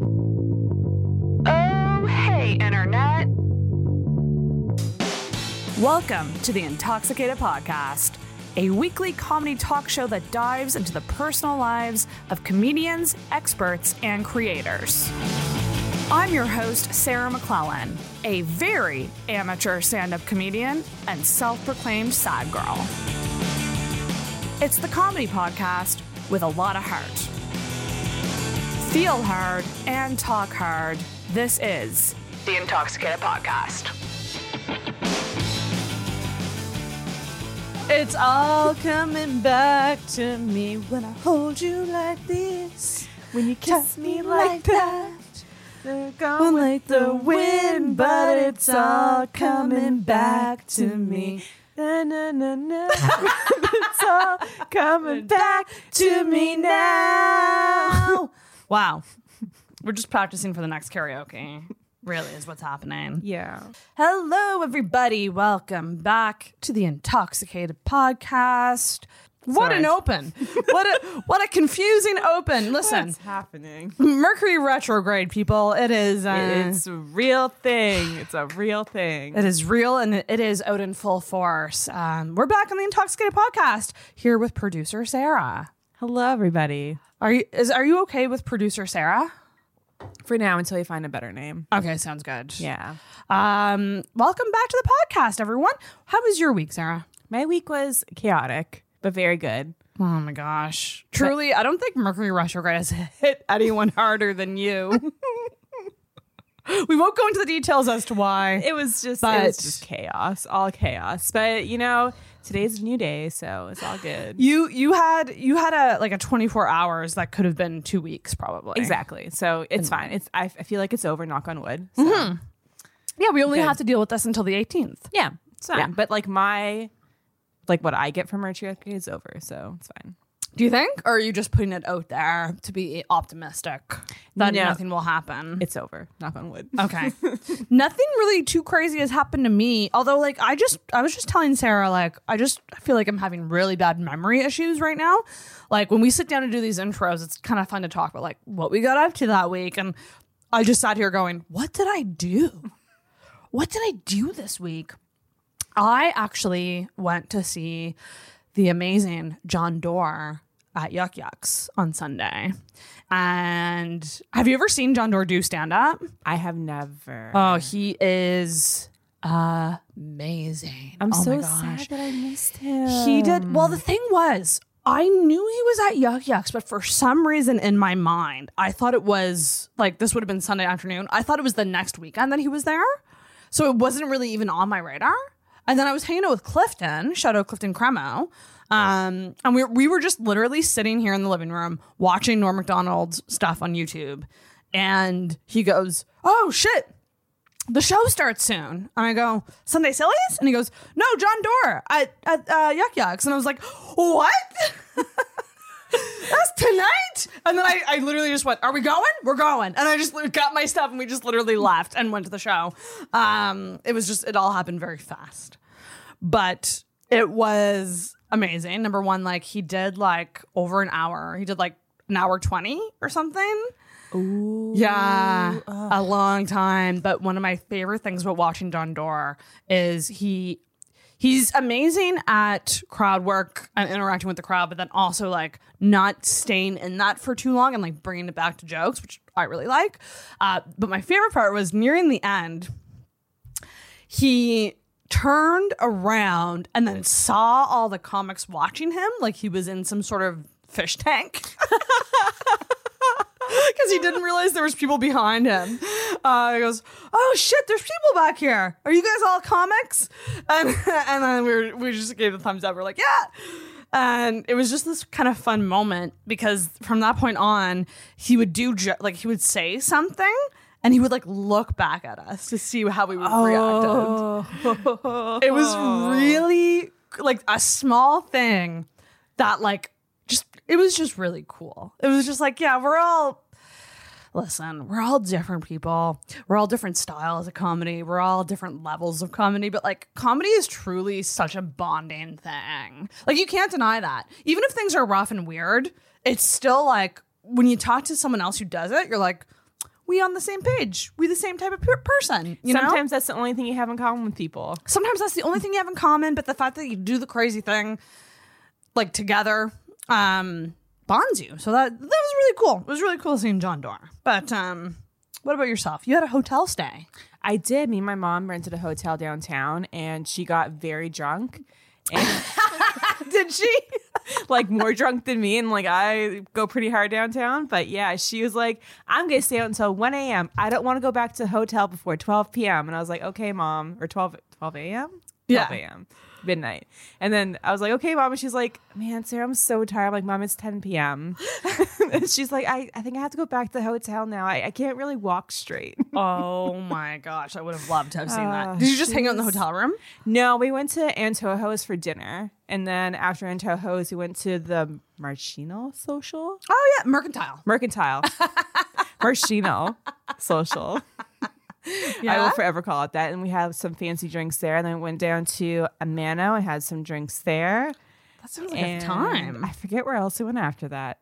Oh, Welcome to the Intoxicated Podcast, a weekly comedy talk show that dives into the personal lives of comedians, experts, and creators. I'm your host, Sarah McClellan, a very amateur stand up comedian and self proclaimed sad girl. It's the comedy podcast with a lot of heart. Feel hard and talk hard. This is the Intoxicated Podcast. It's all coming back to me when I hold you like this. When you kiss me like that. They're gone like the wind, but it's all coming back to me. Na, na, na, na. it's all coming back to me now. Wow. We're just practicing for the next karaoke. Really is what's happening. Yeah. Hello, everybody. Welcome back to the Intoxicated Podcast. What an Sorry. open. what a what a confusing open. Listen, What's happening? Mercury retrograde, people. It is uh, It's a real thing. It's a real thing. It is real and it is out in full force. Um, we're back on the Intoxicated Podcast here with producer Sarah. Hello, everybody. Are you is are you okay with producer Sarah? For now, until you find a better name. Okay, sounds good. Yeah. Um, welcome back to the podcast, everyone. How was your week, Sarah? My week was chaotic, but very good. Oh my gosh. Truly, I don't think Mercury retrograde has hit anyone harder than you. we won't go into the details as to why. It was just it But- was just chaos, all chaos. But you know, today's a new day, so it's all good. You you had you had a like a 24 hours that could have been 2 weeks probably. Exactly. Hmm. So it's fine. It's I, I feel like it's over. Knock on wood. So, Yeah, we only have to deal with this until the 18th. Yeah, it's fine. Yeah. But like my, like what I get from Mercury is over, so it's fine. Do you think or are you just putting it out there to be optimistic that No. nothing will happen? It's over. Knock on wood. Okay. Nothing really too crazy has happened to me. Although, like, I just, I was just telling Sarah, like, I just feel like I'm having really bad memory issues right now. Like, when we sit down to do these intros, it's kind of fun to talk about, like, what we got up to that week. And I just sat here going, what did I do? What did I do this week? I actually went to see the amazing John Doerr at Yuck Yucks on Sunday. And have you ever seen John Doerr do stand up? I have never. Oh, he is amazing. I'm oh so my gosh. sad that I missed him. He did well. The thing was, I knew he was at Yuck Yucks, but for some reason in my mind, I thought it was like this would have been Sunday afternoon. I thought it was the next weekend that he was there, so it wasn't really even on my radar. And then I was hanging out with Clifton, shout out Clifton Cremo. Um, and we, we were just literally sitting here in the living room watching Norm MacDonald's stuff on YouTube. And he goes, Oh shit, the show starts soon. And I go, Sunday Sillies? And he goes, no, John Doerr at, at uh, Yuck Yucks. And I was like, what? That's tonight? And then I, I literally just went, are we going? We're going. And I just li- got my stuff and we just literally left and went to the show. Um, it was just, it all happened very fast. But it was amazing. Number one, like he did like over an hour. He did like an hour 20 or something. Yeah, a long time. But one of my favorite things about watching John Doerr is he he's amazing at crowd work and interacting with the crowd, but then also like not staying in that for too long and like bringing it back to jokes, which I really like. Uh, but my favorite part was nearing the end he turned around and then saw all the comics watching him like he was in some sort of fish tank because he didn't realize there was people behind him uh, he goes oh shit there's people back here are you guys all comics and, and then we, were, we just gave the thumbs up we're like yeah and it was just this kind of fun moment because from that point on he would do jo- like he would say something and he would like look back at us to see how we would react it was really like a small thing that like just it was just really cool. It was just like, yeah, we're all listen, we're all different people. We're all different styles of comedy. We're all different levels of comedy, but like comedy is truly such a bonding thing. Like you can't deny that. Even if things are rough and weird, it's still like when you talk to someone else who does it, you're like, we on the same page. We the same type of per- person. You know? Sometimes that's the only thing you have in common with people. sometimes that's the only thing you have in common but the fact that you do the crazy thing like together um bonds you so that that was really cool it was really cool seeing john Doerr. but um what about yourself you had a hotel stay I did. Me and my mom rented a hotel downtown, and she got very drunk, and did she like more drunk than me. And like I go pretty hard downtown, but yeah, she was like, "I'm gonna stay out until 1 a.m. I don't want to go back to the hotel before 12 p.m." And I was like, "Okay, mom," or 12 12 a.m. Yeah. 12 a.m. midnight. And then I was like, "Okay, mom," and she's like, "Man, Sarah, I'm so tired." I'm like, "Mom, it's 10 p.m." and she's like, I, "I think I have to go back to the hotel now. I, I can't really walk straight." oh my gosh i would have loved to have seen Ah, that did you just hang out in the she's- hotel room No, we went to Antojo's for dinner. And then after Antojo's, we went to the Marchino Social? oh yeah mercantile Mercantile. Marchino Social. I will forever call it that. And we had some fancy drinks there. And then we went down to Amano and had some drinks there. that sounds like and a time I forget where else we went after that.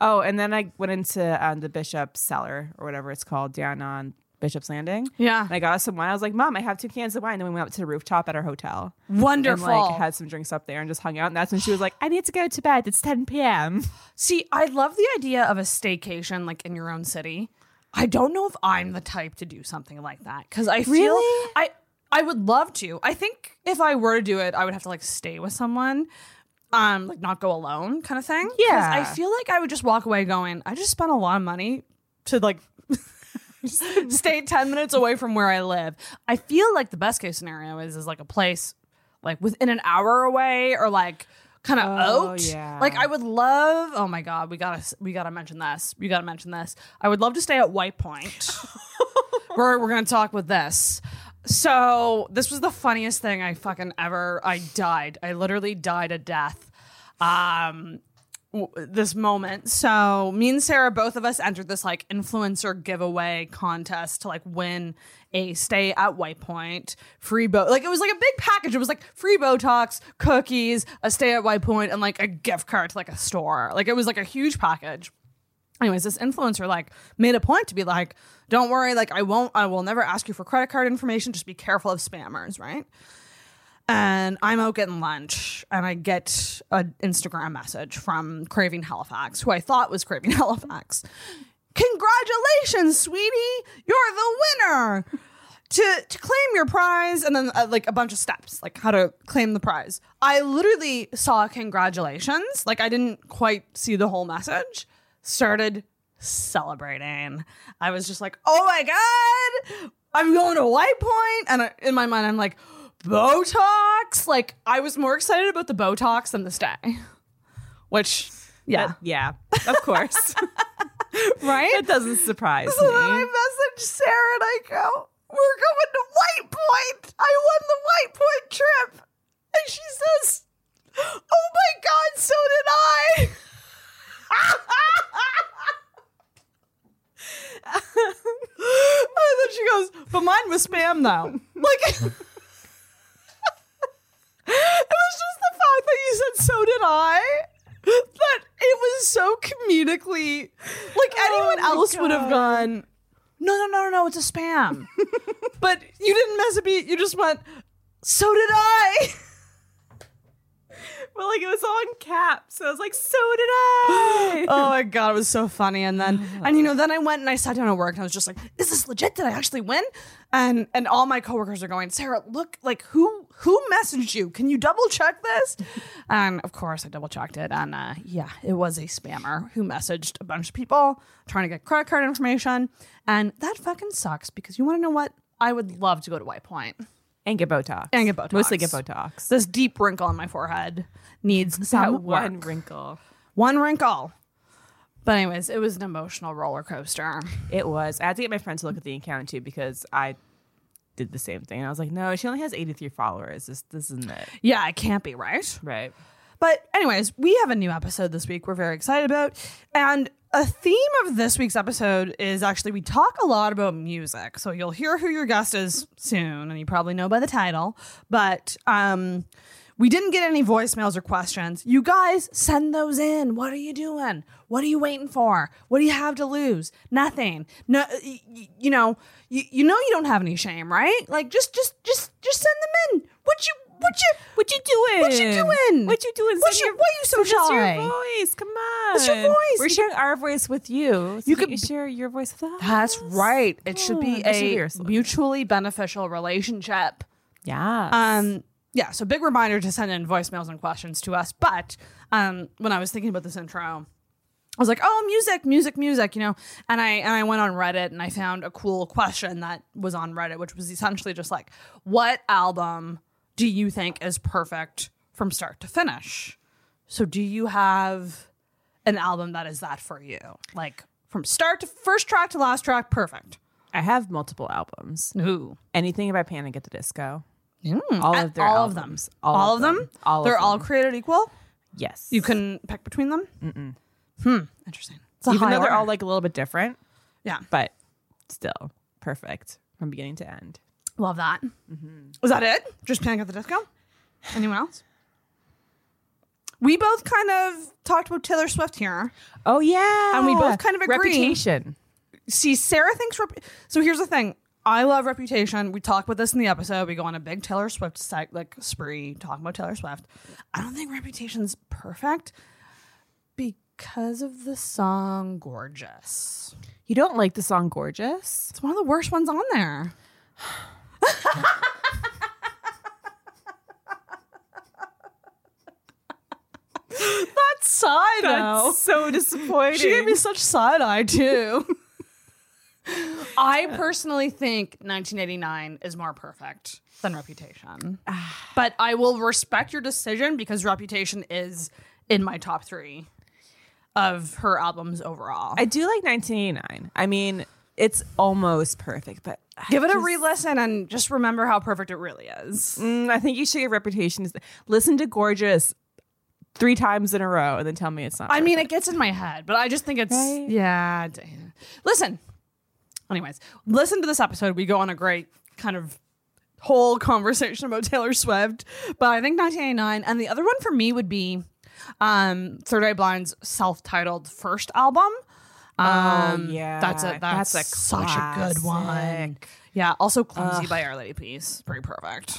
Oh, and then I went into um, the Bishop's Cellar or whatever it's called down on Bishop's Landing. yeah And I got us some wine. I was like, Mom, I have two cans of wine. Then we went up to the rooftop at our hotel wonderful and like had some drinks up there and just hung out. And that's when she was like, I need to go to bed. It's 10 p.m. See, I love the idea of a staycation like in your own city. I don't know if I'm the type to do something like that because I feel Really? I I would love to. I think if I were to do it, I would have to like stay with someone, um, like not go alone, kind of thing. 'Cause Yeah. I feel like I would just walk away going, I just spent a lot of money to like stay 10 minutes away from where I live. I feel like the best case scenario is is like a place like within an hour away or like kind of Oh, out. yeah. Like I would love Oh my god, we got to we got to mention this. You got to mention this. I would love to stay at White Point. we're we're going to talk with this. So, this was the funniest thing I fucking ever I died. I literally died a death. Um w- this moment. So me and Sarah, both of us entered this like influencer giveaway contest to like win a stay at White Point, free boat. Like it was like a big package. It was like free Botox, cookies, a stay at White Point, and like a gift card to like a store. Like it was like a huge package anyways this influencer like made a point to be like don't worry like i won't i will never ask you for credit card information just be careful of spammers right and i'm out getting lunch and i get an instagram message from craving halifax who i thought was craving halifax congratulations sweetie you're the winner to, to claim your prize and then uh, like a bunch of steps like how to claim the prize i literally saw congratulations like i didn't quite see the whole message started celebrating i was just like oh my god i'm going to white point and I, in my mind i'm like botox like i was more excited about the botox than the stay which yeah But yeah, of course. right it doesn't surprise So then I me. message Sarah and I go, We're going to White Point. I won the White Point trip. And she says, Oh my God, so did I. and then she goes, But mine was spam though. Like, it was just the fact that you said, So did I. That it was so comedically, like anyone Oh my else would have God. gone, no, no, no, no, no, it's a spam. but you didn't mess a beat. You just went, so did I. Well, like it was all in caps. So I was like, so did I. oh my God, it was so funny. And then, and you know, then I went and I sat down at work and I was just like, is this legit? Did I actually win? And and all my coworkers are going, Sarah, look, like who who messaged you? Can you double check this? and of course I double checked it. And uh, yeah, it was a spammer who messaged a bunch of people trying to get credit card information. And that fucking sucks because you want to know what? I would love to go to White Point. and get Botox. And get Botox. Mostly get Botox. This deep wrinkle on my forehead needs some that one work. wrinkle. one wrinkle. But anyways, it was an emotional roller coaster. It was. I had to get my friend to look at the account too because I did the same thing. And I was like, no, she only has 83 followers. This, this isn't it. Yeah, it can't be right. Right. But anyways, we have a new episode this week we're very excited about. And a theme of this week's episode is actually we talk a lot about music. So you'll hear who your guest is soon and you probably know by the title, but um We didn't get any voicemails or questions. You guys send those in. What are you doing? What are you waiting for? What do you have to lose? Nothing. No, y- y- you know, you, you know you don't have any shame, right? Like just, just, just, just send them in. What you, what you, What you doing? What you doing? What you doing? What's Send your- why you so send us shy? your voice. Come on. What's your voice? We're You sharing our voice with you. So You you could b- can share your voice with us. That's right. It should Yeah, be that should be a your slogan. mutually beneficial relationship. Yeah. Um, yeah, so big reminder to send in voicemails and questions to us. But um, when I was thinking about this intro, I was like, "Oh, music, music, music," you know. And I and I went on Reddit and I found a cool question that was on Reddit, which was essentially just like, "What album do you think is perfect from start to finish?" So, do you have an album that is that for you, like from start to first track to last track, perfect? I have multiple albums. Ooh, Anything by Panic at the Disco. All of their Mm, all of them, albums. all, of them, All they're of all them. created equal. Yes. You couldn't pick between them. Mm-mm. Hmm. Interesting. It's a even high though they're order. all like a little bit different, yeah, but still perfect from beginning to end. love that. Was that it? Just Panic at the Disco. Anyone else? We both kind of talked about Taylor Swift here. Oh yeah. And we both kind of agree. Reputation. See, Sarah thinks. Rep- so here's the thing. I love Reputation. We talk about this in the episode. We go on a big Taylor Swift sec- like spree talking about Taylor Swift. I don't think Reputation's perfect because of the song "Gorgeous." You don't like the song Gorgeous? It's one of the worst ones on there. that side eye. so disappointing. She gave me such side eye too. I personally think 1989 is more perfect than Reputation. but I will respect your decision because Reputation is in my top three of her albums overall. I do like 1989. I mean, it's almost perfect, but I Give it a just- re listen and just remember how perfect it really is. Mm, I think you should get Reputation. is- Listen to Gorgeous three times in a row and then tell me it's not. I mean, perfect. it gets in my head, but I just think it's Right? yeah. d- Listen, anyways, listen to this episode. We go on a great kind of whole conversation about Taylor Swift, but I think 1989, and the other one for me would be um, Third Eye Blind's self-titled first album. Um, yeah. that's a that's, That's a such a good one. classic. Yeah, also Clumsy by Our Lady Peace, pretty perfect.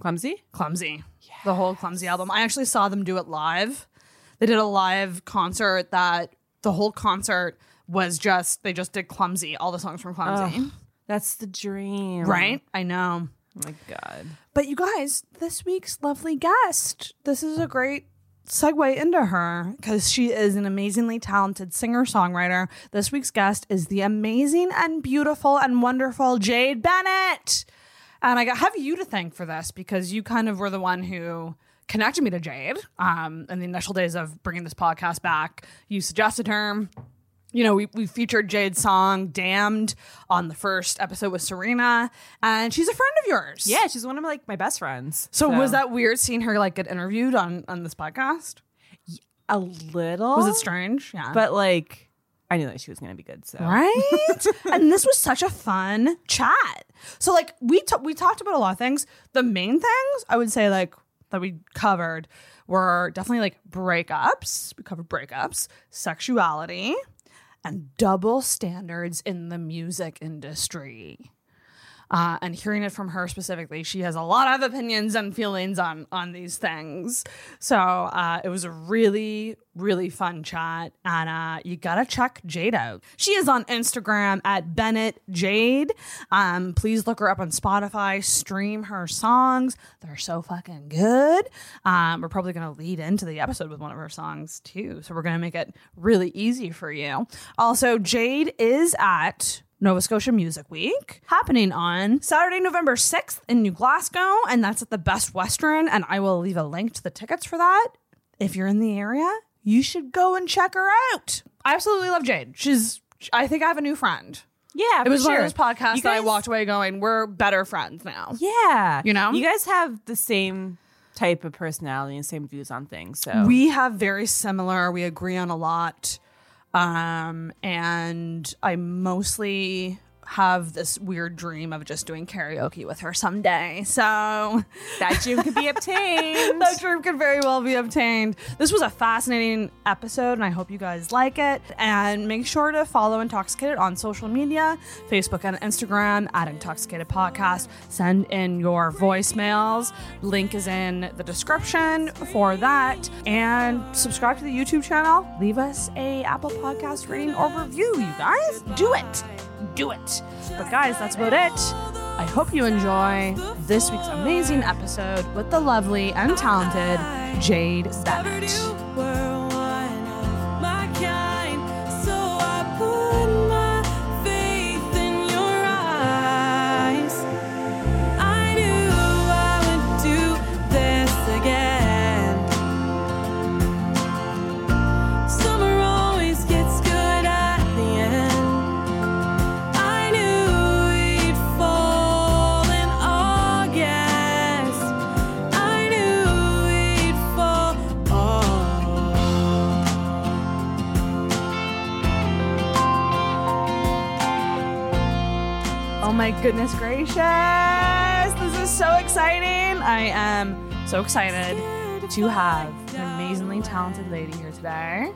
clumsy. Clumsy. The whole Clumsy album. I actually saw them do it live. They did a live concert that the whole concert was just they just did Clumsy, all the songs from Clumsy. That's the dream, Right? I know. Oh my god. But you guys, this week's lovely guest. This is a great segue into her because she is an amazingly talented singer songwriter. This week's guest is the amazing and beautiful and wonderful Jade Bennett. And I got- have you to thank for this because you kind of were the one who connected me to Jade um, in the initial days of bringing this podcast back. You suggested her you know, we, we featured Jade's song Damned on the first episode with Serena, and she's a friend of yours. Yeah, she's one of like my best friends. So, was that weird seeing her like get interviewed on on this podcast? a little? Was it strange? Yeah. But like, I knew that she was gonna be good. So right? and this was such a fun chat. So like we ta- we talked about a lot of things. The main things I would say like that we covered were definitely like breakups. We covered breakups, sexuality, and double standards in the music industry. Uh, and hearing it from her specifically, she has a lot of opinions and feelings on on these things. So uh, it was a really, really fun chat, and uh, you gotta check Jade out. She is on Instagram at Bennett Jade. Um, please look her up on Spotify. Stream her songs; they're so fucking good. Um, we're probably gonna lead into the episode with one of her songs too, so we're gonna make it really easy for you. Also, Jade is at Nova Scotia Music Week happening on Saturday, November 6th in New Glasgow, and that's at the Best Western. And I will leave a link to the tickets for that. If you're in the area, you should go and check her out. I absolutely love Jade. She's, I think I have a new friend. Yeah, It was for one sure. of those podcasts You that I guys- walked away going, we're better friends now. Yeah, You know? you guys have the same type of personality and same views on things. So We have very similar, we agree on a lot. Um, and I mostly have this weird dream of just doing karaoke with her someday. So That dream could be obtained. that dream could very well be obtained. This was a fascinating episode, and I hope you guys like it. And make sure to follow Intoxicated on social media Facebook and Instagram at Intoxicated Podcast. Send in your voicemails. Link is in the description for that. And subscribe to the YouTube channel. Leave us a Apple Podcast rating or review, you guys. Do it. Do it. But, guys, that's about it. I hope you enjoy this week's amazing episode with the lovely and talented Jade Bennett. Summer always gets good at the end. I knew we'd fall in August. I knew we'd fall. Oh my goodness gracious! This is so exciting! I am so excited to have an amazingly talented lady here today.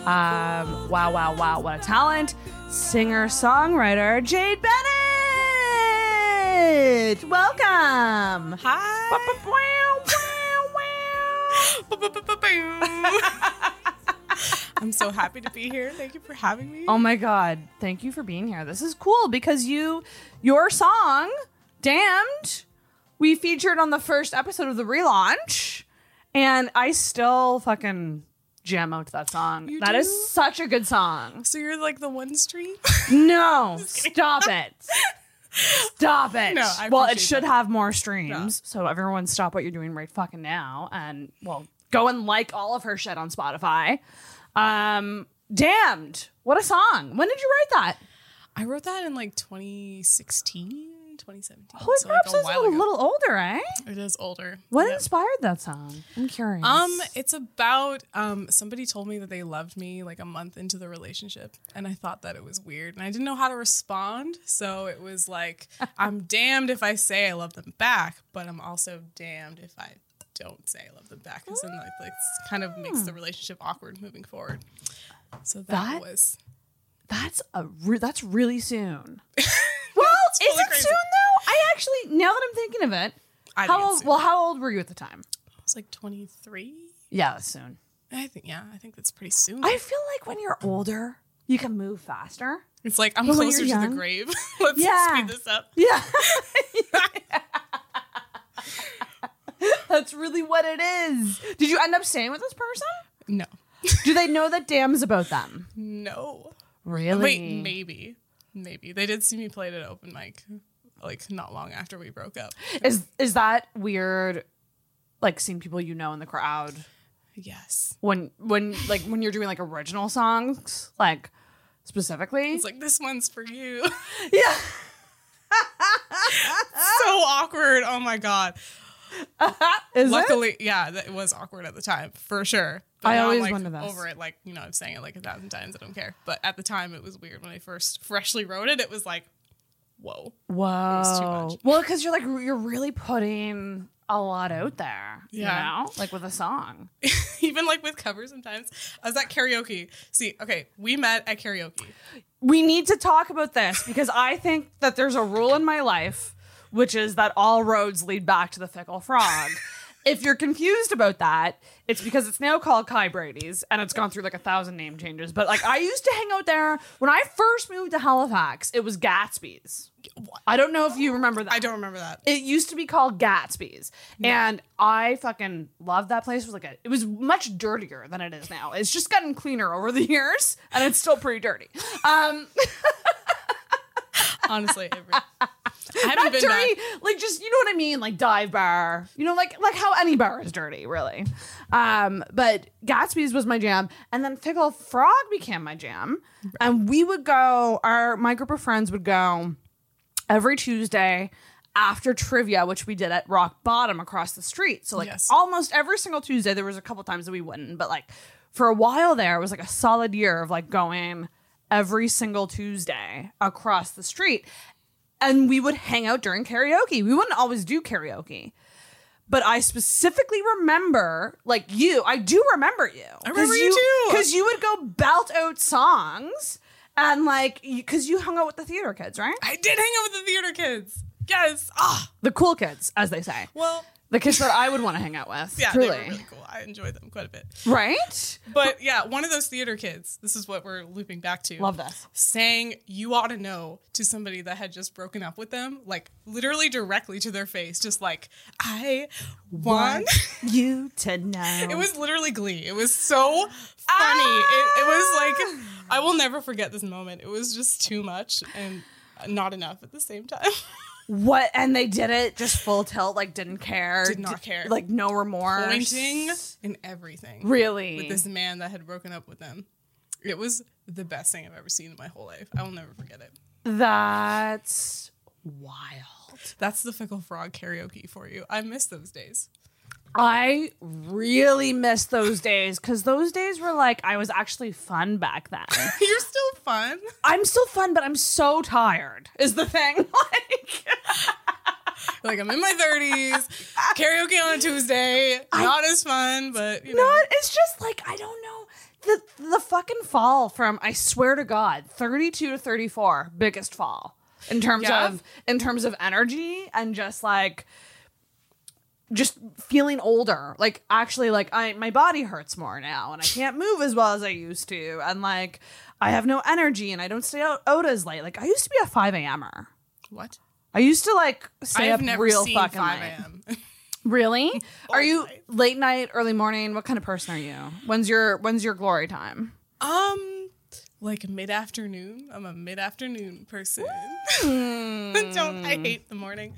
Um, wow, wow, wow, what a talent! Singer songwriter Jade Bennett! Welcome! Hi! I'm so happy to be here. Thank you for having me. Oh my god, thank you for being here. This is cool because you your song Damned we featured on the first episode of the relaunch and I still fucking jam out to that song. You That is do? such a good song. So you're like the one stream? No, stop it. Stop it. No, I well, it appreciate should have more streams. So everyone stop what you're doing right fucking now and well, go and like all of her shit on Spotify. Um Damned. What a song. When did you write that? I wrote that in like 2016, 2017. Holy so crap, like so a it's while a ago. little older, eh? It is older. What Yeah. inspired that song? I'm curious. Um, it's about um somebody told me that they loved me like a month into the relationship, and I thought that it was weird, and I didn't know how to respond. So it was like, I'm damned if I say I love them back, but I'm also damned if I don't say I love them back, because then like, like it's kind of makes the relationship awkward moving forward. So that, Hmm. That- was that's a re- that's really soon. well, is totally it crazy. soon though? I actually now that I'm thinking of it, I think how it's old? soon. Well, how old were you at the time? I was like 23. Yeah, that's soon. I think yeah, I think that's pretty soon. I feel like when you're older, you can move faster. it's like I'm But when closer to you're the young- grave. Let's Yeah. speed this up. Yeah. That's really what it is. Did you end up staying with this person? No, Do they know that damn's about them? no. Really? Wait, maybe. Maybe. They did see me played at an open mic like not long after we broke up. Is is that weird? Like seeing people you know in the crowd Yes. when when like when you're doing like original songs, like specifically. It's like this one's for you. yeah, Ah. so awkward. Oh my god. is it? Luckily, yeah, that- it was awkward at the time, for sure. But I now I'm, always like, wonder this. over it like, you know, I'm saying it like a thousand times, I don't care. But at the time it was weird when I first freshly wrote it, it was like, whoa. was too Wow. much. Well, because you're like you're really putting a lot out there. Yeah. You know? Like with a song. Even like with covers sometimes. I was at karaoke. See, okay, we met at karaoke. We need to talk about this because I think that there's a rule in my life, which is that all roads lead back to the fickle frog. if you're confused about that, it's because it's now called Kai Brady's and it's gone through like a thousand name changes. But like I used to hang out there when I first moved to Halifax, it was Gatsby's. I don't know if you remember that. I don't remember that. It used to be called Gatsby's, and I fucking loved that place. It was like a, it was much dirtier than it is now. It's just gotten cleaner over the years, and it's still pretty dirty. Um, Honestly, it re- I haven't not been dirty, back. like just you know what I mean, like dive bar. You know, like like how any bar is dirty, really. Um, but Gatsby's was my jam, and then Fickle Frog became my jam, and we would go. Our my group of friends would go every Tuesday after trivia, which we did at Rock Bottom across the street. So like Yes. almost every single Tuesday, there was a couple times that we wouldn't, but like for a while there, it was like a solid year of like going every single Tuesday across the street. And we would hang out during karaoke. We wouldn't always do karaoke. But I specifically remember, like you, I do remember you. I remember you too. Because you would go belt out songs and like, because you hung out with the theater kids, right? I did hang out with the theater kids. Yes. Ah. The cool kids, as they say. Well, The kids that I would want to hang out with. yeah, truly. they were really cool. I enjoyed them quite a bit. Right? But yeah, one of those theater kids. This is what we're looping back to. Love this. Saying you ought to know to somebody that had just broken up with them, like literally directly to their face, just like I want. you to know. It was literally glee. It was so funny. It, it was like Ah. I will never forget this moment. It was just too much and not enough at the same time. what and they did it just full tilt, like didn't care. Did not care. Like no remorse. Pointing and everything. Really? With this man that had broken up with them. It was the best thing I've ever seen in my whole life. I will never forget it. That's wild. That's the Fickle Frog karaoke for you. I miss those days. I really miss those days because those days were like I was actually fun back then. You're still fun. I'm still fun, but I'm so tired. Is the thing like Like I'm in my 30s. karaoke on a Tuesday. Not as fun, but you know. not? It's just like I don't know the the fucking fall from I swear to God, 32 to 34, biggest fall in terms Yeah. of in terms of energy and just like just feeling older like actually like i my body hurts more now and i can't move as well as i used to and like i have no energy and i don't stay out, out as late like i used to be a 5 a.m.er what? i used to like stay up I've never real seen fucking 5 late. a.m. really are you night. late night early morning what kind of person are you when's your when's your glory time Um, like mid afternoon. I'm a mid afternoon person. Don't Hmm. I hate the morning?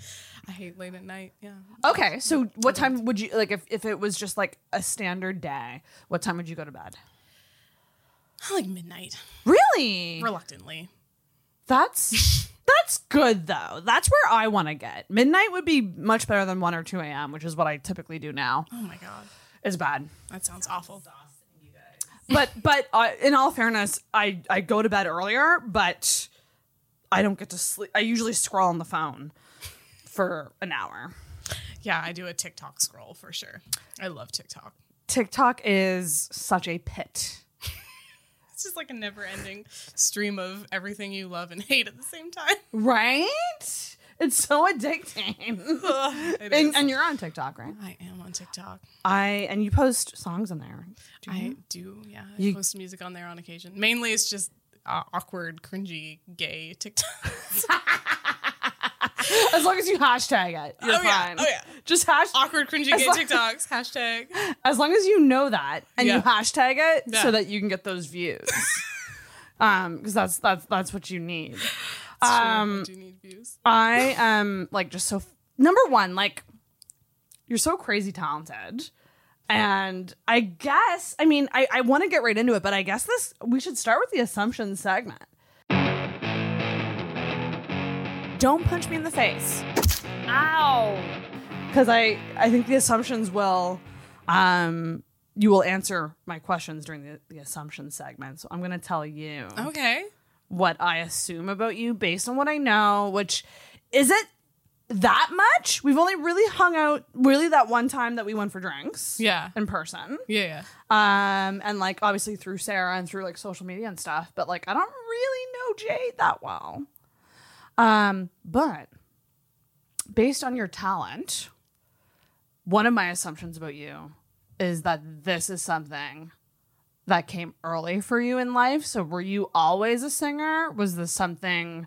I hate late at night. Yeah. okay so what time would you like if, if it was just like a standard day what time would you go to bed I like midnight. really Reluctantly. That's that's good though. That's where I want to get. Midnight would be much better than one or two a.m., which is what I typically do now. Oh my god. It's bad, That sounds awful. but but uh, in all fairness, I I go to bed earlier, but I don't get to sleep. I usually scroll on the phone for an hour. Yeah, I do a TikTok scroll for sure. I love TikTok. TikTok is such a pit. It's just like a never ending stream of everything you love and hate at the same time. Right? It's so addicting. It and, is. and you're on TikTok, right? I am on TikTok. I and you post songs on there. Do you? I do, yeah. I You- post music on there on occasion. Mainly it's just uh, awkward, cringy, gay TikToks. As long as you hashtag it, you're Oh, fine. yeah. Oh, yeah. Just hash. awkward, cringy, As gay long- TikToks. Hashtag. As long as you know that and you Yeah. hashtag it, Yeah. so that you can get those views. um, because that's that's that's what you need. Um, do need views. I am like just so f- number one, like you're so crazy talented. And I guess, I mean, I, I want to get right into it, but I guess this, we should start with the assumption segment. Don't punch me in the face. Ow. Because I, I think the assumptions will, um, you will answer my questions during the, the assumption segment. So I'm going to tell you Okay. what I assume about you based on what I know, which isn't that much. We've only really hung out really that one time that we went for drinks. Yeah. In person. Yeah, yeah. Um, and like obviously through Sarah and through like social media and stuff, but like I don't really know Jade that well. Um, but based on your talent, one of my assumptions about you is that this is something that came early for you in life. So were you always a singer? Was this something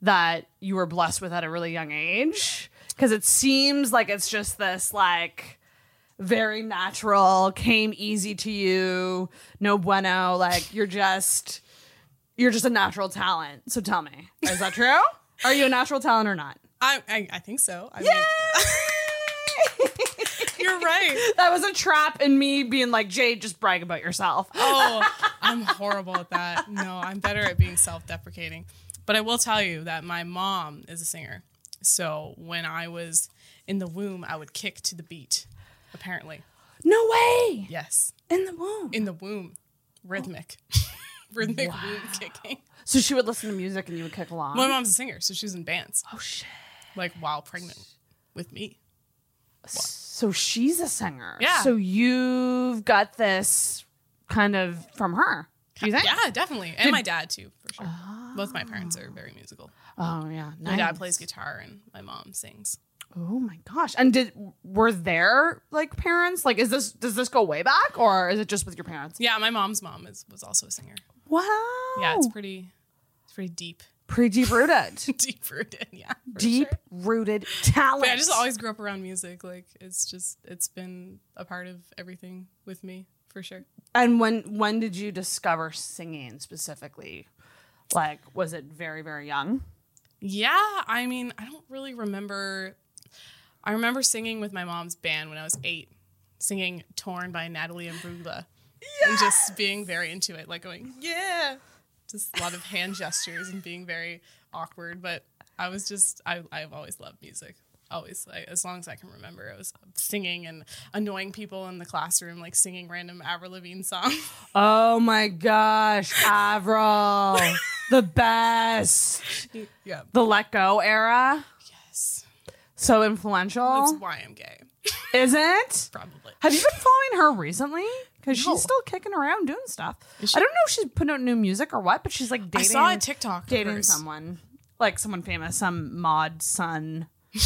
that you were blessed with at a really young age? Because it seems like it's just this like very natural, came easy to you, no bueno. Like you're just you're just a natural talent. So tell me, is that true? Are you a natural talent or not? I, I, I think so. I Mean, you're right. That was a trap in me being like, Jade, just brag about yourself. Oh, I'm horrible at that. No, I'm better at being self deprecating. But I will tell you that my mom is a singer. So when I was in the womb, I would kick to the beat, apparently. No way. Yes. In the womb. In the womb, rhythmic. rhythmic root kicking. So she would listen to music and you would kick along. My mom's a singer, so she was in bands, oh shit! like while pregnant with me. So she's a singer. Yeah. So you've got this kind of from her. Do you think? Yeah, definitely. And my dad too, for sure. Both my parents are very musical. Oh yeah. My Nice. dad plays guitar and my mom sings. Oh my gosh! And did were there like parents? Like, is this does this go way back, or is it just with your parents? Yeah, my mom's mom is was also a singer. Wow. Oh. Yeah, it's pretty it's pretty deep. pretty deep rooted, deep rooted, yeah. for deep sure. rooted talent. But I just always grew up around music. Like it's just it's been a part of everything with me for sure. And when when did you discover singing specifically? Like, was it very very young? Yeah, I mean, I don't really remember. I remember singing with my mom's band when I was eight, singing "Torn" by Natalie Imbruglia, and just being very into it, like going yeah, just a lot of hand gestures and being very awkward. But I was just I I've always loved music. Always, I, as long as I can remember, I was singing and annoying people in the classroom, like singing random Avril Lavigne songs. Oh my gosh, Avril, the best, yeah, the Let Go era, yes, so that's influential, why I'm gay, is it? probably. Have you been following her recently? Because No. she's still kicking around doing stuff. Is she? I don't know if she's putting out new music or what, but she's like dating. I saw a TikTok of dating hers. someone, like someone famous, some mod son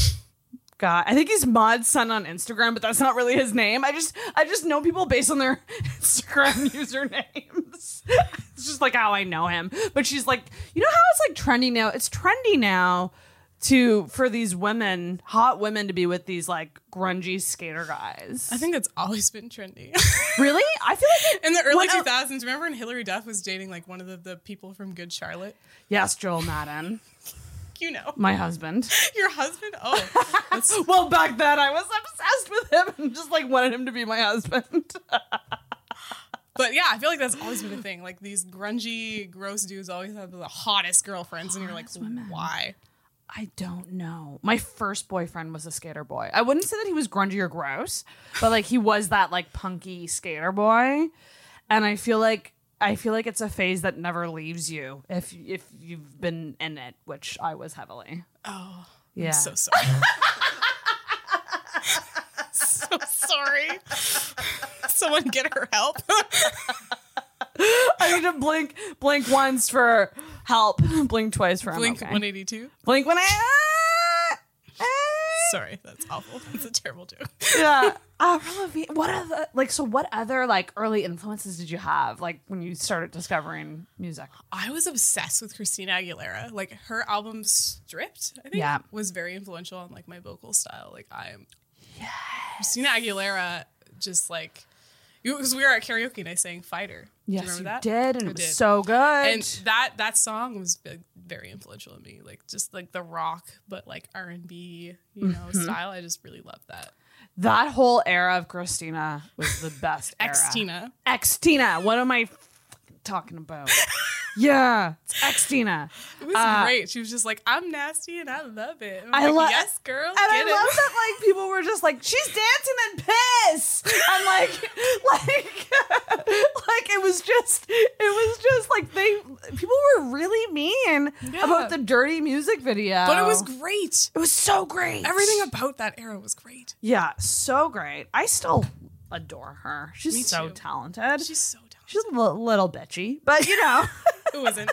guy. I think he's mod son on Instagram, but that's not really his name. I just I just know people based on their Instagram usernames. it's just like how I know him. But she's like, you know how it's like trendy now. It's trendy now to for these women, hot women, to be with these like grungy skater guys. I think it's always been trendy. Really, I feel like it- In the early What el- 2000s, remember when Hillary Duff was dating like one of the, the people from Good Charlotte? yes, Joel Madden, You know, my husband. your husband? Oh, that's, Well, back then I was obsessed with him and just like wanted him to be my husband. but yeah, I feel like that's always been a thing. Like these grungy, gross dudes always have the hottest girlfriends, and you're like, why? I don't know. My first boyfriend was a skater boy. I wouldn't say that he was grungy or gross, but like he was that like punky skater boy. And I feel like I feel like it's a phase that never leaves you if if you've been in it, which I was heavily. Oh, Yeah. so sorry. so sorry. Someone get her help. I need to blink blink once for help, blink twice for blink Blink okay. 182. blink when I ah, Sorry, that's awful. That's a terrible joke. yeah. Avril Lavigne. What other like? So what other like early influences did you have like when you started discovering music? I was obsessed with Christina Aguilera. Like her album Stripped, I think Yeah. was very influential on like my vocal style. Like I'm Christina Aguilera just like because we were at karaoke and I sang Fighter. Do Yes, you you, remember that? did, and I it was did. so good. And that that song was big, very influential on me. Like just like the rock, but like R and B, you know, Mm-hmm. style. I just really loved that. that whole era of Christina was the best. era. Ex Tina. Ex Tina. What am I f- talking about? yeah, it's ex Tina. It was great. She was just like, I'm nasty and I love it. And I'm Uh, I like, love- yes, girl. And I get it. love that like people were just like, she's dancing in piss. And like like like it was just it was just like they people were really mean Yeah. about the dirty music video. But it was great. it was so great. Everything about that era was great. Yeah, so great. I still adore her. She's Me so too. talented. She's, She's so talented. a li- little bitchy, but you know. Who isn't?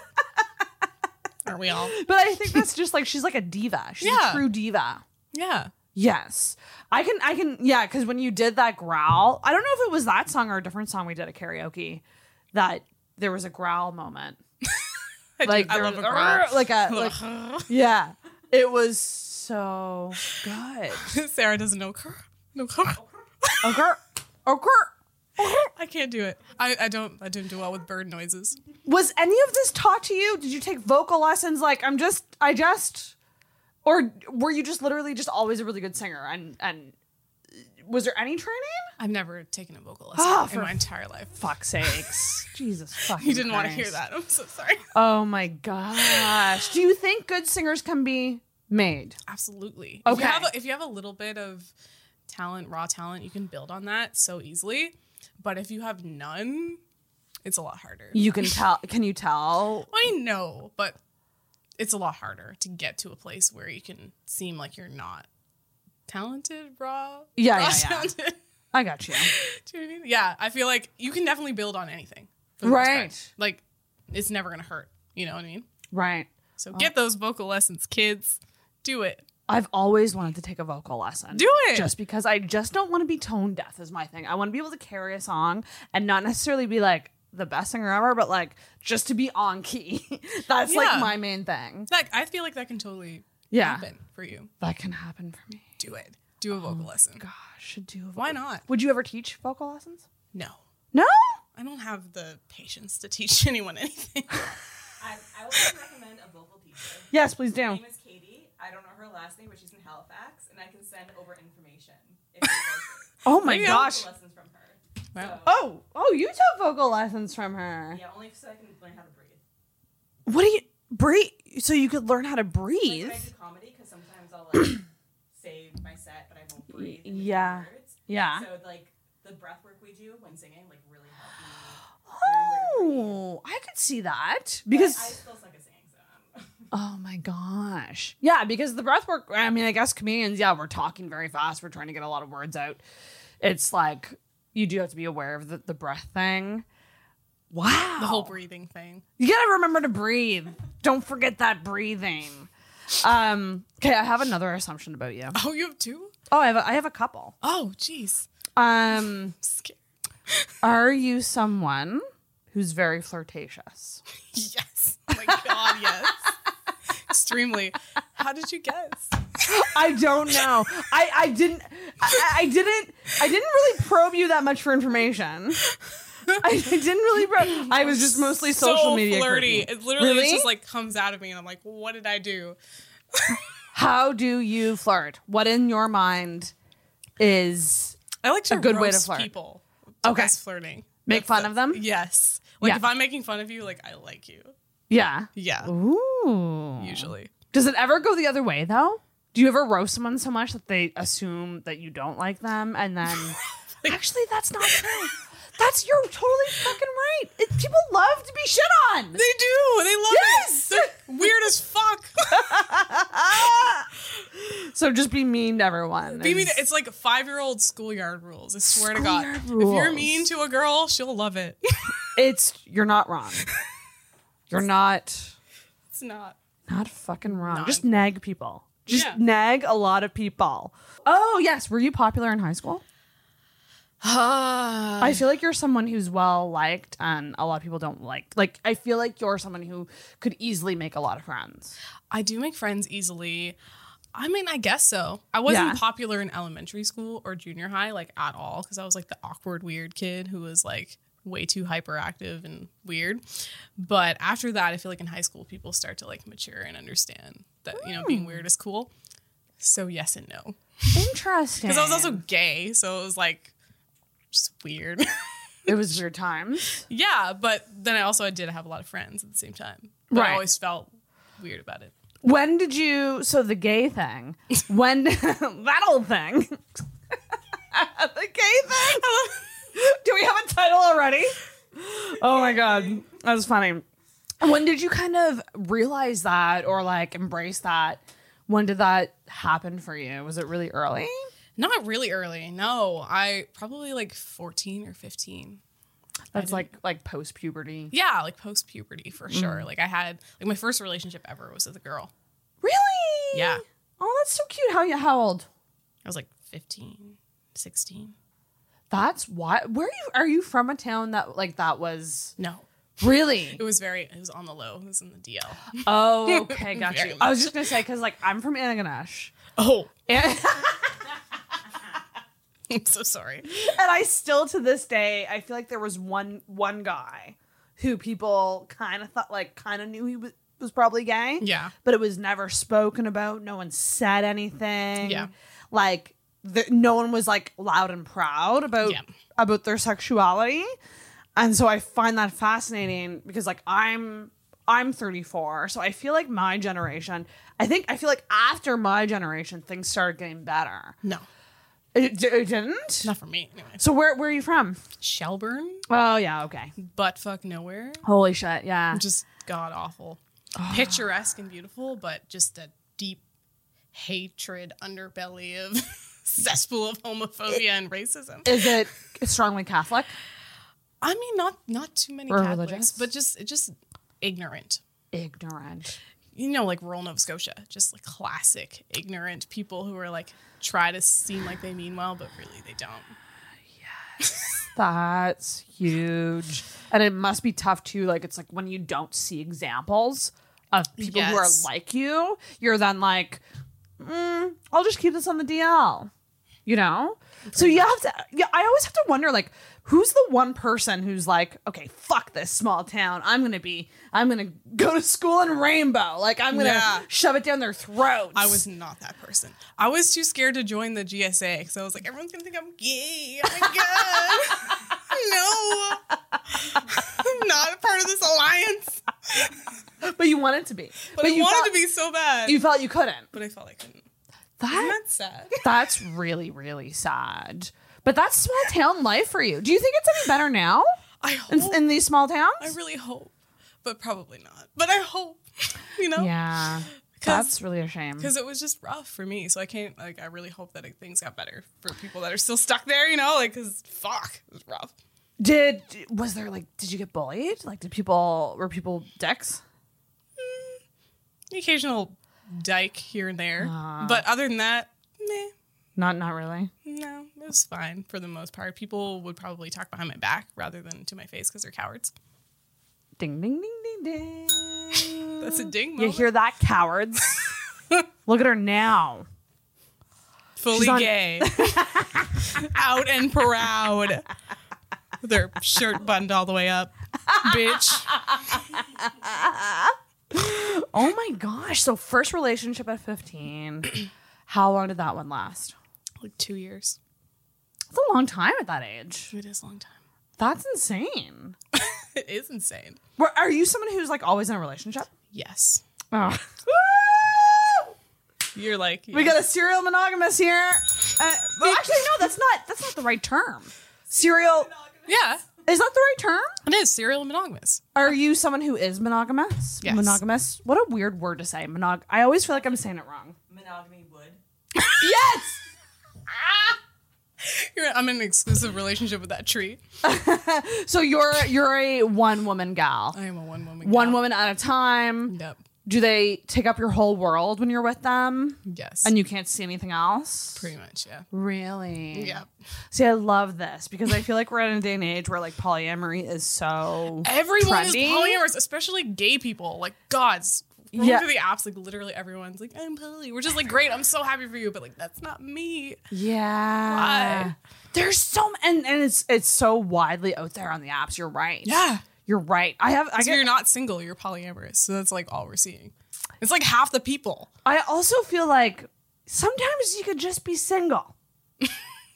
Aren't we all? but I think that's just like she's like a diva. She's Yeah. a true diva. Yeah. Yes. I can I can yeah, because when you did that growl, I don't know if it was that song or a different song we did at karaoke that there was a growl moment. I, do- Like I there love a was- girl. like a like yeah. It was so good. Sarah doesn't know girl. No girl. Okay. Okay. I can't do it. I, I don't I didn't do well with bird noises. Was any of this taught to you? Did you take vocal lessons like I'm just I just or were you just literally just always a really good singer and and uh, was there any training? I've never taken a vocal lesson Ah, in for- my entire life. Fuck's sakes. Jesus fucking You didn't want to hear Christ. that. I'm so sorry. Oh my gosh. Do you think good singers can be made? Absolutely. If Okay. you have a, if you have a little bit of talent, raw talent, you can build on that so easily. But if you have none, it's a lot harder. You can tell. Can you tell? I know, but it's a lot harder to get to a place where you can seem like you're not talented, raw. Yeah, raw yeah, yeah. talented. I got you. Do you know what I mean? Yeah, I feel like you can definitely build on anything. for the most part. Right. Like it's never gonna hurt. You know what I mean? Right. So get those vocal lessons, kids. Do it. I've always wanted to take a vocal lesson. Do it. Just because I just don't want to be tone deaf is my thing. I want to be able to carry a song and not necessarily be like the best singer ever, but like just to be on key. That's Yeah. like my main thing. That I feel like that can totally Yeah. Oh happen for you. That can happen for me. Do it. Do a vocal lesson. Gosh, should do. a vocal- Why not? Would you ever teach vocal lessons? No. No. I don't have the patience to teach anyone anything. I, I would recommend a vocal teacher. Yes, please Her do. name is Katie. I don't know her last name, but she's in Halifax, and I can send over information. If you'd like Oh my Maybe I'll- gosh. vocal lessons from her. Wow. So, Oh, oh, you took vocal lessons from her. yeah, only so I can learn how to breathe. What do you breathe? So you could learn how to Like breathe. when I do comedy, because sometimes I'll like say my set, but I won't breathe. in between yeah. Words. Yeah. So like the breath work we do when singing, like really helps me. Oh, I could see that But because. I still suck at singing, so I don't know. Oh my gosh. Yeah, because the breath work, I mean, I guess comedians, yeah, we're talking very fast. We're trying to get a lot of words out. It's like you do have to be aware of the, the breath thing. Wow. The whole breathing thing. You gotta remember to breathe. Don't forget that breathing. Um, okay, I have another assumption about you. Oh, you have two? Oh, I have a, I have a couple. Oh, jeez. Um, I'm scared. are you someone who's very flirtatious? Yes. Oh my God, yes. Extremely. How did you guess? I don't know. I, I didn't I, I didn't I didn't really probe you that much for information. I, I didn't really probe. I was just mostly social so media flirty. creepy. It literally Really? just like comes out of me, and I'm like, what did I do? How do you flirt? What in your mind is I like to good roast way to flirt. people. Okay. That's flirting. Make That's fun the- of them? Yes. Like Yeah. if I'm making fun of you, like I like you. yeah. Yeah. Ooh. Usually. Does it ever go the other way though? Do you ever roast someone so much that they assume that you don't like them and then actually that's not true. That's you're totally fucking right. It, people love to be shit on. They do. They love Yes! it. They're weird as fuck. So just be mean to everyone. Be mean. is- It's like five year old schoolyard rules. I swear to God. Schoolyard If you're rules. mean to a girl, she'll love it. it's you're not wrong. You're not it's not. not fucking wrong. Not. Just nag people. Just Yeah. nag a lot of people. Oh yes, were you popular in high school? I feel like you're someone who's well liked and a lot of people don't like. Like I feel like you're someone who could easily make a lot of friends. I do make friends easily. I mean, I guess so. I wasn't Yeah. popular in elementary school or junior high, like at all, because I was like the awkward, weird kid who was like way too hyperactive and weird. But after that, I feel like in high school, people start to like mature and understand that, you know, Hmm. being weird is cool. So, yes and no. Interesting. Because I was also gay, so it was like just weird. it was weird times. yeah, but then I also I did have a lot of friends at the same time. But Right. I always felt weird about it. When did you? So the gay thing. When that old thing. the gay thing. Do we have a title already? Oh my god, that was funny. When did you kind of realize that or like embrace that? When did that happen for you? Was it really early? Not really early. No, I probably like 14 or 15. That's like like post puberty. Yeah, like post puberty for sure. Like I had like my first relationship ever was with a girl. Really? Yeah. Oh, that's so cute. How you? How old? I was like 15, 16. That's why. Where are you? Are you from a town that like that was No. really? It was very it was on the low. It was in the DL. Oh, okay, got Very you. I was just gonna say because like I'm from Antigonish, Oh, and, I'm so sorry. and I still to this day I feel like there was one one guy who people kind of thought like kind of knew he was was probably gay. Yeah. but it was never spoken about. No one said anything. Yeah. like the, no one was like loud and proud about Yeah. about their sexuality, and so I find that fascinating because like I'm I'm 34, so I feel like my generation. I think I feel like after my generation, things started getting better. No. It, it didn't. Not for me, anyway. So where where are you from? Shelburne, Oh yeah, okay. butt fuck nowhere. Holy shit, yeah. Just god awful. Picturesque and beautiful, but just a deep hatred underbelly of cesspool of homophobia and racism. Is it strongly Catholic? I mean, not not too many Or Catholics, religious? but just just ignorant. Ignorant. You know, like rural Nova Scotia, just like classic ignorant people who are like try to seem like they mean well, but really they don't. That's huge. And it must be tough too. Like it's like when you don't see examples of people who are Yes. like you, you're then like, mm, I'll just keep this on the DL. You know? so you have to yeah, I always have to wonder like who's the one person who's like, okay, fuck this small town. I'm gonna be I'm gonna go to school in rainbow. Like I'm gonna Yeah. shove it down their throats. I was not that person. I was too scared to join the GSA because I was like, everyone's gonna think I'm gay. Oh my god, no, I'm not a part of this alliance. but you wanted to be. But, I you wanted felt, to be so bad. you felt you couldn't. but I felt I couldn't. That Isn't that sad? That's really, really sad. But that's small town life for you. Do you think it's any better now I in, hope. in these small towns? I really hope, but probably not. But I hope, you know, yeah. 'Cause- That's really a shame. because it was just rough for me. So I can't like. I really hope that like, things got better for people that are still stuck there. You know, like because fuck, it was rough. Did was there like did you get bullied? Like did people were people dicks? The occasional dyke here and there, but other than that, meh. Not not really. No, it was fine for the most part. People would probably talk behind my back rather than to my face because they're cowards. Ding ding ding ding ding. That's a ding. you Moment. hear that, cowards? Look at her now. fully She's on- gay, out and proud. With Their shirt buttoned all the way up, bitch. Oh my gosh. So first relationship at 15. How long did that one last? Like two years. It's a long time at that age. It is a long time. That's insane. It is insane. Were- Are you someone who's like always in a relationship? Yes, Oh. you're like we got a serial monogamous here. Uh, well, actually, no, that's not that's not the right term. Serial yeah. is that the right term? It is serial monogamous. Are you someone who is monogamous? Yes. Monogamous. What a weird word to say. Monog. I always feel like I'm saying it wrong. Monogamy would. Yes. You're, I'm in an exclusive relationship with that tree. So you're you're a one woman gal. I am a one woman. One woman at a time. Yep. Do they take up your whole world when you're with them, Yes. and you can't see anything else? pretty much. Yeah. Really? Yeah. See, I love this because I feel like we're in a day and age where like polyamory is so Everyone trendy. is polyamorous, especially gay people. Like gods. We're Yeah. yeah. through the apps, like literally everyone's like, I'm poly. We're just like, great, I'm so happy for you, but like that's not me. yeah. Why? There's so m- and and it's it's so widely out there on the apps. You're right. you're right. I have I So get, you're not single, you're polyamorous. So that's like all we're seeing. It's like half the people. I also feel like sometimes you could just be single.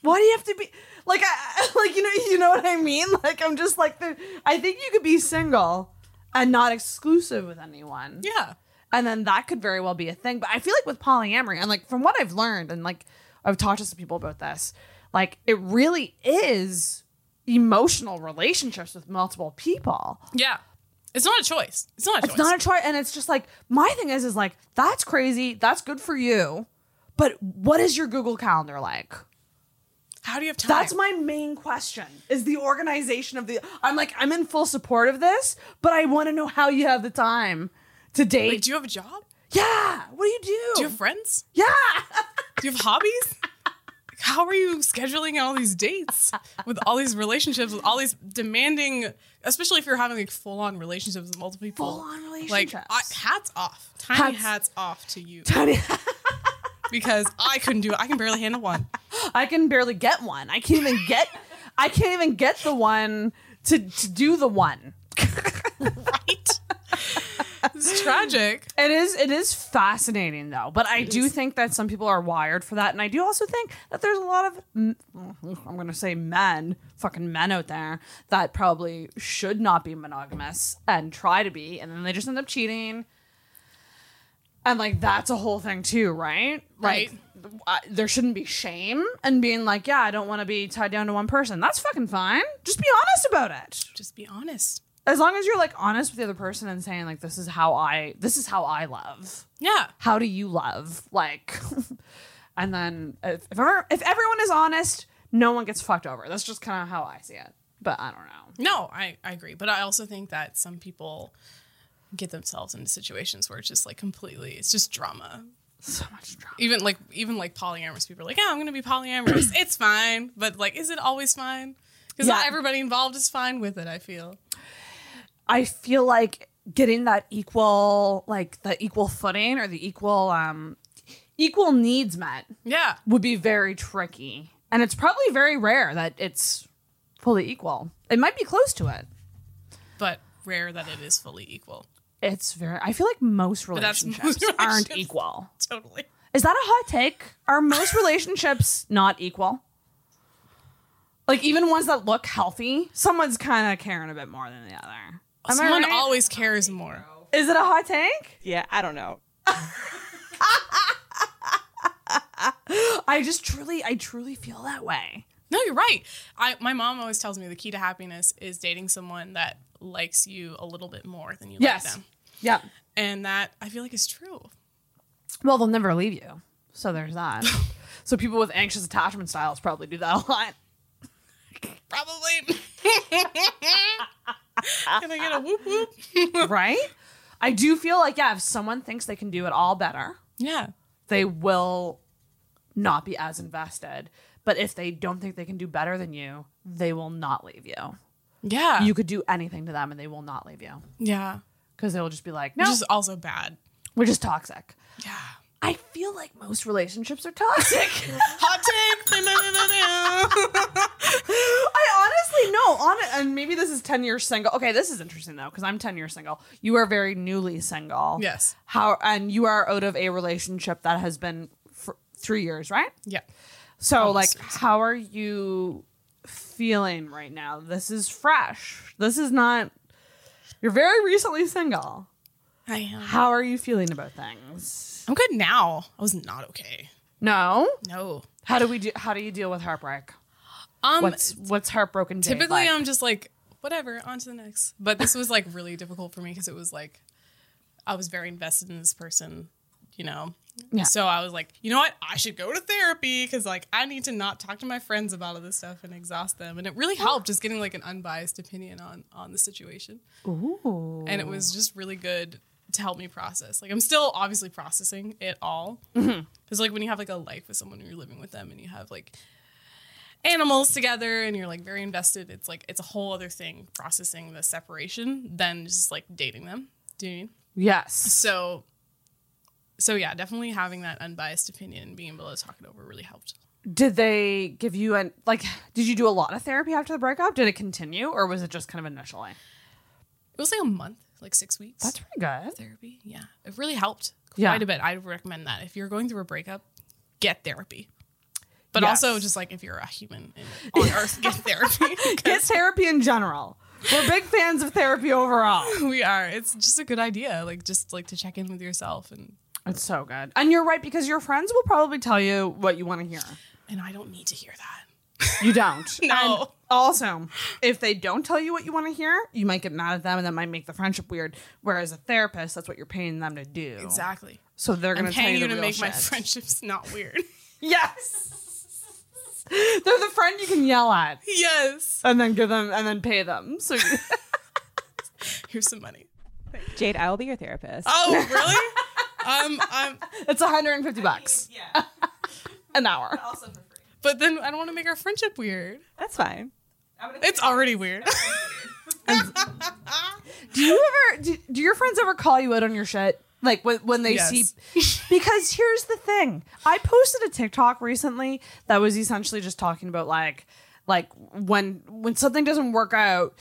Why do you have to be like I like you know you know what I mean? Like I'm just like the, I think you could be single and not exclusive with anyone. Yeah. and then that could very well be a thing. But I feel like with polyamory, and like from what I've learned, and like I've talked to some people about this, like it really is emotional relationships with multiple people. Yeah. It's not a choice. It's not a It's choice. not a choice, and it's just like my thing is is like that's crazy, that's good for you, but what is your Google Calendar like? How do you have time? That's my main question is the organization of the I'm like I'm in full support of this, but I want to know how you have the time to date. Like, do you have a job? yeah, what do you do? Do you have friends? yeah. Do you have hobbies? Like, How are you scheduling all these dates with all these relationships, with all these demanding, especially if you're having like full on relationships with multiple people? Full-on Like, relationships. I- hats off. Tiny Hats- hats, off to you because I couldn't do it. I can barely handle one. I can barely get one. I can't even get. I can't even get the one to to do the one. Right? it's tragic. It is it is fascinating though, but I do think that some people are wired for that, and I do also think that there's a lot of m- I'm gonna say men, fucking men out there that probably should not be monogamous and try to be, and then they just end up cheating. And like that's a whole thing too, right? Like, Right. uh, there shouldn't be shame and being like, yeah, I don't want to be tied down to one person. That's fucking fine. Just be honest about it. Just be honest. As long as you're like honest with the other person and saying like, this is how I, this is how I love. Yeah. How do you love? Like, and then if if, ever, if everyone is honest, no one gets fucked over. That's just kind of how I see it. But I don't know. No, I, I agree. But I also think that some people get themselves into situations where it's just like completely it's just drama. So much drama. Even like even like polyamorous people are like, Yeah, I'm gonna be polyamorous. it's fine. But like is it always fine? Because not Yeah. everybody involved is fine with it, I feel. I feel like getting that equal like the equal footing or the equal um equal needs met Yeah. would be very tricky. And it's probably very rare that it's fully equal. It might be close to it. But rare that it is fully equal. It's very I feel like most that's relationships most aren't relationships. equal. Totally. Is that a hot take? Are most relationships not equal? Like even ones that look healthy, someone's kind of caring a bit more than the other. Am I Someone right? always cares more. Is it a hot take? Yeah, I don't know. I just truly, I truly feel that way. No, you're right. I my mom always tells me the key to happiness is dating someone that likes you a little bit more than you like Yes. them. Yeah. And that I feel like is true. Well, they'll never leave you. So there's that. so people with anxious attachment styles probably do that a lot. Probably. Can I get a whoop whoop? right? I do feel like, yeah, if someone thinks they can do it all better, Yeah. they will not be as invested. But if they don't think they can do better than you, they will not leave you. Yeah. You could do anything to them and they will not leave you yeah. because they will just be like, no, Which is also bad. we're just toxic. Yeah. I feel like most relationships are toxic. Hot take. I honestly no. On and maybe this is ten years single. Okay, this is interesting though because I'm ten years single. You are very newly single. Yes. How and you are out of a relationship that has been for three years, right? yeah. So like, Almost. how are you feeling right now? This is fresh. This is not. You're very recently single. I am. How are you feeling about things? I'm good now. I was not okay. No. No. How do we do? How do you deal with heartbreak? Um What's what's heartbroken? Jade typically like? I'm just like whatever, on to the next. But this was like really difficult for me because it was like I was very invested in this person, you know. Yeah. So I was like, you know what? I should go to therapy because like I need to not talk to my friends about all this stuff and exhaust them. And it really helped just getting like an unbiased opinion on on the situation. Ooh. And it was just really good to help me process. Like I'm still obviously processing it all. Mm-hmm. Because like when you have like a life with someone, and you're living with them, and you have like animals together, and you're like very invested. It's like it's a whole other thing processing the separation than just like dating them. Do you know what I mean? Yes. So, so yeah, definitely having that unbiased opinion and being able to talk it over really helped. Did they give you an like? Did you do a lot of therapy after the breakup? Did it continue, or was it just kind of initially? It was like a month, like six weeks. That's pretty good. therapy. Yeah, it really helped quite Yeah. a bit. I'd recommend that if you're going through a breakup, get therapy. But Yes. also, just like if you're a human in, on Earth, get therapy. Get therapy in general. We're big fans of therapy overall. we are. It's just a good idea. Like just like to check in with yourself, and It's so good, and you're right because your friends will probably tell you what you want to hear. and I don't need to hear that. You don't. No. And also, if they don't tell you what you want to hear, you might get mad at them, and that might make the friendship weird. Whereas a therapist, that's what you're paying them to do. Exactly. So they're going I'm to tell paying you, you the to real make my shit. friendships not weird. Yes. They're the friend you can yell at. yes. and then give them and then pay them. So Here's some money. Jade, I will be your therapist. Oh, really? um, um, it's 150 bucks yeah, an hour. also for free. but then I don't want to make our friendship weird. That's fine. It's already weird. Do you ever do, do your friends ever call you out on your shit? Like when, when they Yes. see, because here's the thing. I posted a TikTok recently that was essentially just talking about like, like when when something doesn't work out,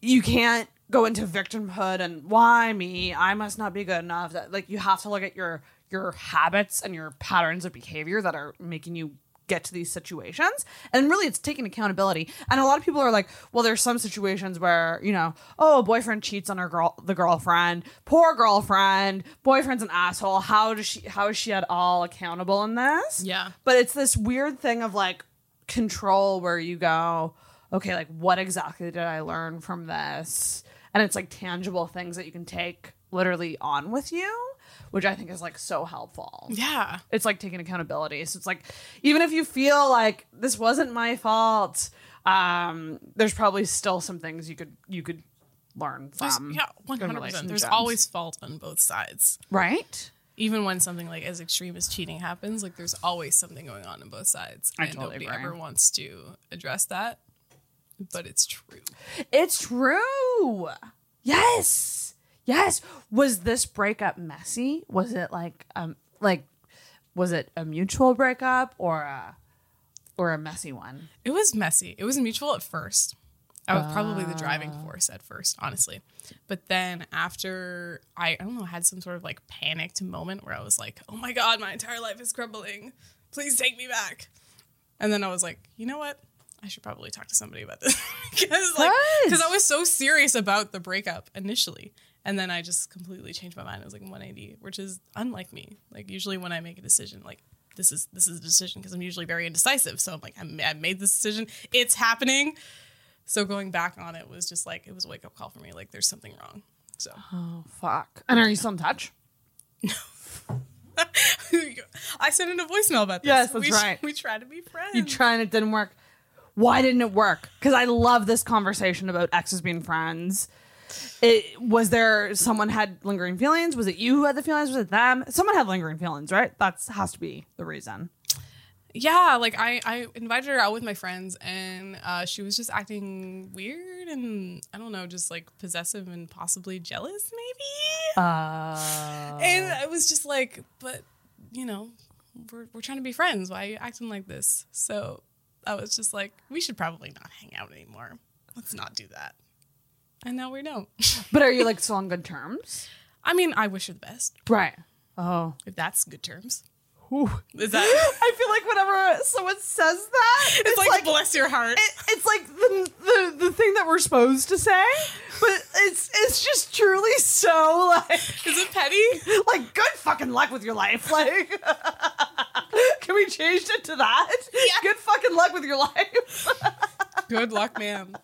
you can't go into victimhood and why me? I must not be good enough. That like you have to look at your your habits and your patterns of behavior that are making you get to these situations. And really, it's taking accountability. And a lot of people are like, well, there's some situations where, you know, oh, a boyfriend cheats on her girl, the girlfriend, poor girlfriend, boyfriend's an asshole. How does she, how is she at all accountable in this? Yeah. But it's this weird thing of like control where you go, okay, like what exactly did I learn from this? And it's like tangible things that you can take literally on with you, which I think is like so helpful Yeah. it's like taking accountability. So it's like even if you feel like this wasn't my fault, um, there's probably still some things you could you could learn There's, from. yeah, one hundred percent. There's relationships. always fault on both sides. Right? Even when something like as extreme as cheating happens, like there's always something going on on both sides, I and totally nobody agree. ever wants to address that. But it's true. It's true. Yes. Yes. Was this breakup messy? Was it like um like was it a mutual breakup or a or a messy one? It was messy. It was mutual at first. I was probably the driving force at first, honestly. But then after I, I don't know, had some sort of like panicked moment where I was like, "Oh my god, my entire life is crumbling. Please take me back." And then I was like, "You know what? I should probably talk to somebody about this because like Right. because I was so serious about the breakup initially." And then I just completely changed my mind. I was like 180, which is unlike me. Like usually when I make a decision, like this is this is a decision because I'm usually very indecisive. So I'm like, I'm, I made this decision. It's happening. So going back on it was just like it was a wake up call for me. Like there's something wrong. So Oh fuck. And are you still in touch? I sent in a voicemail about this. Yes, that's we, right. We try to be friends. you try and it didn't work. Why didn't it work? Because I love this conversation about exes being friends. It was there someone had lingering feelings? Was it you who had the feelings? Was it them? Someone had lingering feelings, right? That's has to be the reason. yeah, like I, I invited her out with my friends, and uh, she was just acting weird and I don't know, just like possessive and possibly jealous, maybe. Uh, and I was just like, but you know, we're we're trying to be friends. Why are you acting like this? So I was just like, we should probably not hang out anymore. Let's not do that. And now we don't. but are you like still on good terms? I mean, I wish her the best. Right. Oh. If that's good terms, Whew. is that? I feel like whenever someone says that, It's, like, bless your heart. it- it's like the, the the thing that we're supposed to say, but it's it's just truly so like is it petty? like good fucking luck with your life like can we change it to that good fucking luck with your life Good luck, ma'am.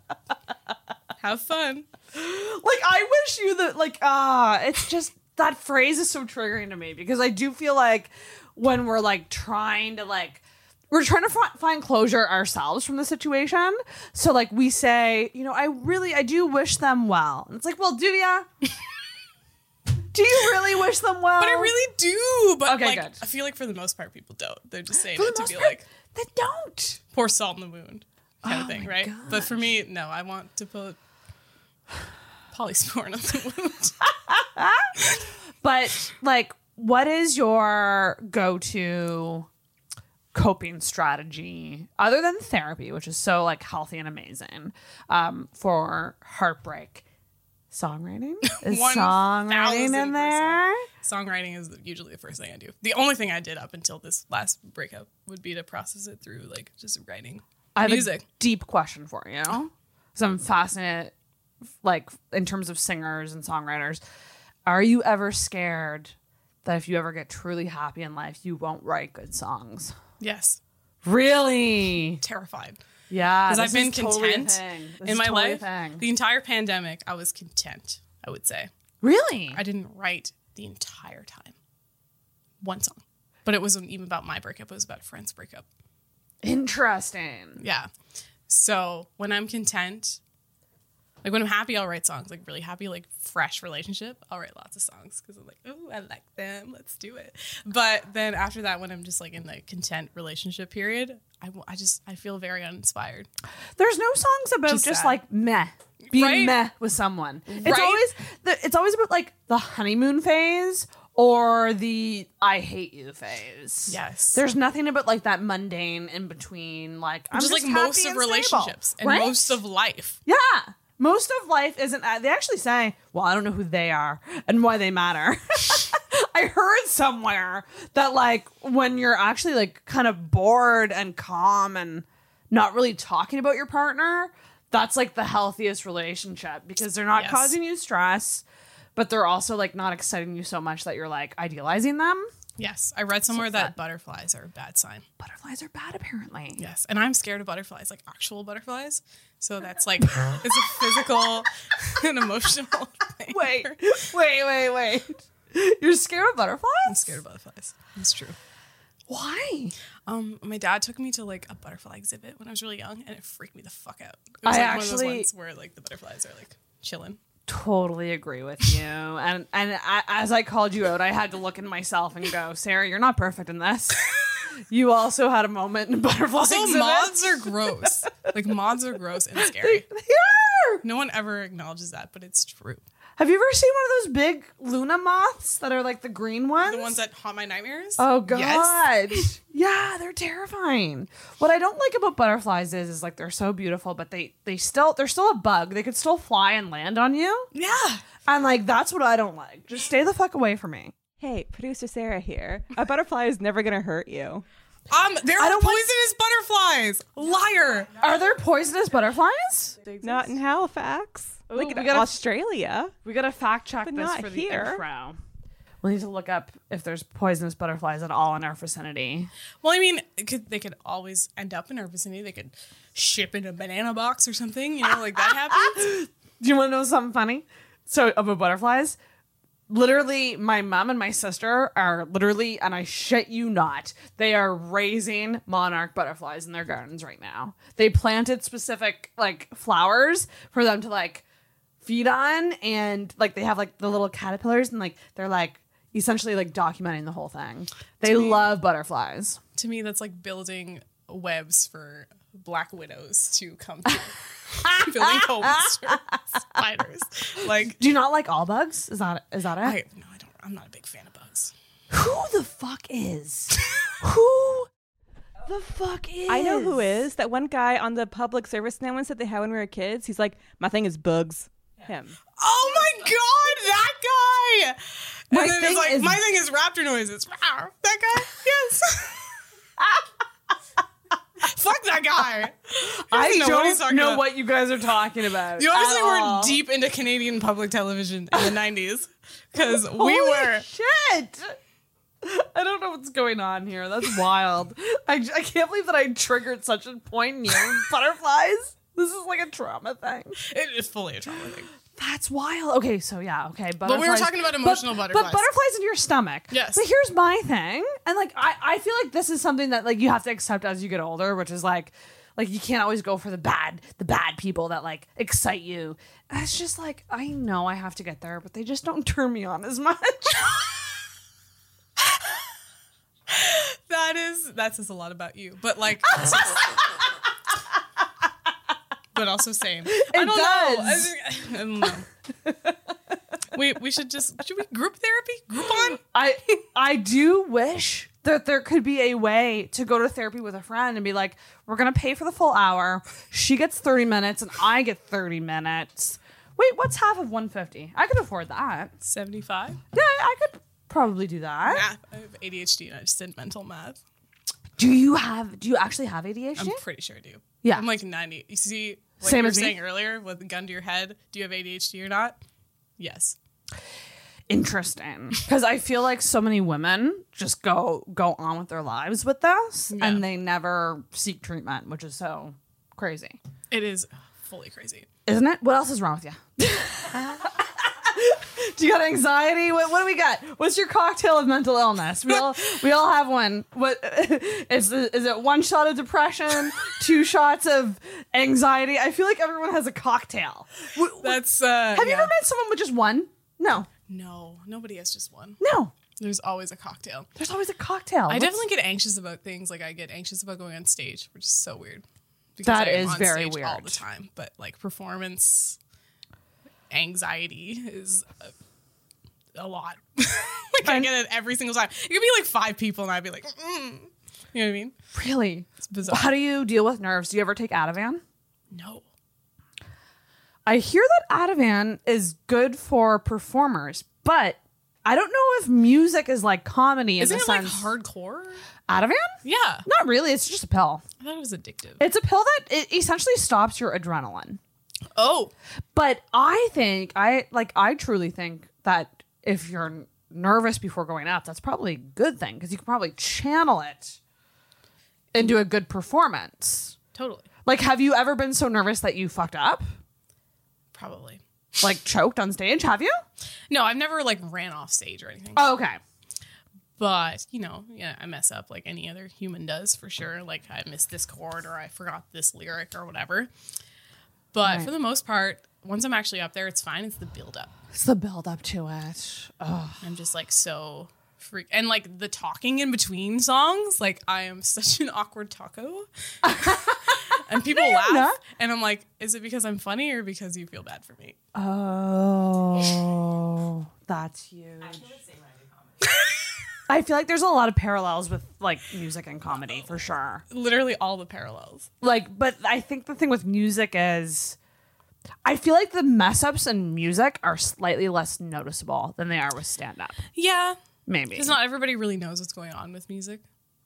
Have fun. like i wish you the like ah it's just that phrase is so triggering to me because i do feel like when we're like trying to like we're trying to fi- find closure ourselves from the situation so like we say you know i really i do wish them well and it's like well do ya do you really wish them well But I really do. But Okay, like, good. I feel like for the most part, people don't. They're just saying For the it to most be part, like, they don't pour salt in the wound kind Oh of thing, my right? But for me, no, I want to put polysporin on the wound. But like, what is your go-to coping strategy other than therapy, which is so like healthy and amazing um, for heartbreak? Songwriting is One songwriting in thousand there. Songwriting is usually the first thing I do. The only thing I did up until this last breakup would be to process it through like just writing I have a music. deep question for you. So I'm fascinated, like in terms of singers and songwriters. Are you ever scared that if you ever get truly happy in life, you won't write good songs? yes, Really? terrified. Yeah, because I've Ah, this been is totally a content thing. This in is my totally a life. thing. The entire pandemic, I was content. I would say Really? I didn't write the entire time. One song, but it wasn't even about my breakup. It was about a friend's breakup. Interesting. Yeah. So when I'm content, like when I'm happy, I'll write songs. Like really happy, like fresh relationship, I'll write lots of songs because I'm like, oh, I like them. Let's do it. But then after that, when I'm just like in the content relationship period, I, w- I just I feel very uninspired. There's no songs about just, Just sad. like meh. Being Right? meh with someone. It's Right? always the, it's always about like the honeymoon phase or the I hate you phase. Yes. There's nothing about like that mundane in between like I'm Which is just, like happy most and of stable, relationships and right? most of life. Yeah. uh, Most of life isn't. They actually say, well, I don't know who they are and why they matter. I heard somewhere that like when you're actually like kind of bored and calm and not really talking about your partner, that's like the healthiest relationship because they're not Yes. causing you stress, but they're also like not exciting you so much that you're like idealizing them. Yes, I read somewhere that butterflies are a bad sign. Butterflies are bad apparently. Yes, and I'm scared of butterflies, like actual butterflies. So that's like it's a physical and emotional thing. Wait, wait, wait, wait. You're scared of butterflies? I'm scared of butterflies. It's true. Why? Um, my dad took me to like a butterfly exhibit when I was really young, and it freaked me the fuck out. It I was like one of actually- those ones where like the butterflies are like chilling. totally agree with you. And and I, as I called you out, I had to look in myself and go, Sarah, you're not perfect in this. you also had a moment in butterfly So exhibit. moths are gross. like moths are gross and scary. Yeah. No one ever acknowledges that, but it's true. Have you ever seen one of those big Luna moths that are like the green ones? The ones that haunt my nightmares. Oh god. Yes. yeah, they're terrifying. What I don't like about butterflies is is like they're so beautiful, but they they still they're still a bug. They could still fly and land on you. Yeah. And like that's what I don't like. Just stay the fuck away from me. Hey, producer Sarah here. A butterfly is never gonna hurt you. Um, there I are don't want- poisonous butterflies. Liar. Are there poisonous butterflies? Not in Halifax. Look Ooh, at we gotta- Australia. We gotta fact check But this not for here. the intro. We need to look up if there's poisonous butterflies at all in our vicinity. Well, I mean, it could, they could always end up in our vicinity. They could ship in a banana box or something. You know, like that happens. Do you want to know something funny? So about butterflies, literally, my mom and my sister are literally, and I shit you not, they are raising monarch butterflies in their gardens right now. They planted specific like flowers for them to like feed on, and like they have like the little caterpillars, and like they're like essentially like documenting the whole thing. They love butterflies. to me, that's like building webs for black widows to come through. building homes for spiders. Like, Do you not like all bugs? Is that is that it? I no, I don't. I'm not a big fan of bugs. Who the fuck is? Who the fuck is? I know who is. That one guy on the public service announcement that they had when we were kids. He's like, my thing is bugs. Him. Oh my god, that guy! And My then it's thing like, is- my thing is raptor noises. Wow, that guy? Yes. Fuck that guy. I doesn't know don't what he's talking know about. what you guys are talking about. You obviously at were all. deep into Canadian public television in the 90s because we Holy were. shit. I don't know what's going on here. That's wild. I, I can't believe that I triggered such a point in you. Butterflies. This is like a trauma thing. It is fully a trauma thing. That's wild. Okay, so yeah, okay. Butterflies. we were talking about emotional but, butterflies. But butterflies in your stomach. Yes. But here's my thing. And like I, I feel like this is something that like you have to accept as you get older, which is like like you can't always go for the bad, the bad people that like excite you. And it's just like, I know I have to get there, but they just don't turn me on as much. That is, that says a lot about you. But like. but also same. I It don't know. I, does. think- I don't know. we, we should just, should we group therapy? Group on? I I do wish that there could be a way to go to therapy with a friend and be like, we're gonna pay for the full hour. She gets thirty minutes and I get thirty minutes. Wait, what's half of one fifty? I could afford that. 75? Yeah, I could probably do that. Math. I have ADHD and I just did mental math. Do you have? Do you actually have ADHD? I'm pretty sure I do. Yeah. I'm like 90. You see, like Same you were as me. saying earlier with the gun to your head, do you have ADHD or not? Yes. Interesting, because I feel like so many women just go go on with their lives with this, Yeah. and they never seek treatment, which is so crazy, It is fully crazy. isn't it? What else is wrong with you? do you got anxiety? What, what do we got? What's your cocktail of mental illness? We all we all have one. What is is it? One shot of depression, two shots of anxiety. I feel like everyone has a cocktail. Wh- That's uh Have you yeah. ever met someone with just one? No, No, nobody has just one. no. There's always a cocktail. There's always a cocktail. I definitely get anxious about things. Like I get anxious about going on stage, which is so weird. Because That I am is on very stage all weird. the time. But like performance anxiety is a, a lot. like I get it every single time. It could be like five people, and I'd be like, mm. you know what I mean? really. It's bizarre. How do you deal with nerves? Do you ever take Ativan? No. I hear that Ativan is good for performers, but I don't know if music is like comedy in Isn't the it like sense. hardcore? Ativan? Yeah. Not really. It's just a pill. I thought it was addictive. It's a pill that it essentially stops your adrenaline. oh, But I think I like I truly think that if you're n- nervous before going out, that's probably a good thing because you can probably channel it into a good performance. totally. Like, have you ever been so nervous that you fucked up, Probably. like choked on stage? Have you? No, I've never like ran off stage or anything. Oh, okay. But, you know, yeah, I mess up like any other human does for sure. Like I missed this chord or I forgot this lyric or whatever. But for the most part, once I'm actually up there, it's fine. It's the build up. It's the build up to it. Ugh. I'm just like so freak and like the talking in between songs, like I am such an awkward taco. and people laugh. not. And I'm like, is it because I'm funny or because you feel bad for me? Oh, that's huge. I feel like there's a lot of parallels with like music and comedy for sure. Literally all the parallels. Like, but I think the thing with music is I feel like the mess ups in music are slightly less noticeable than they are with stand up. Yeah. Maybe. Because not everybody really knows what's going on with music.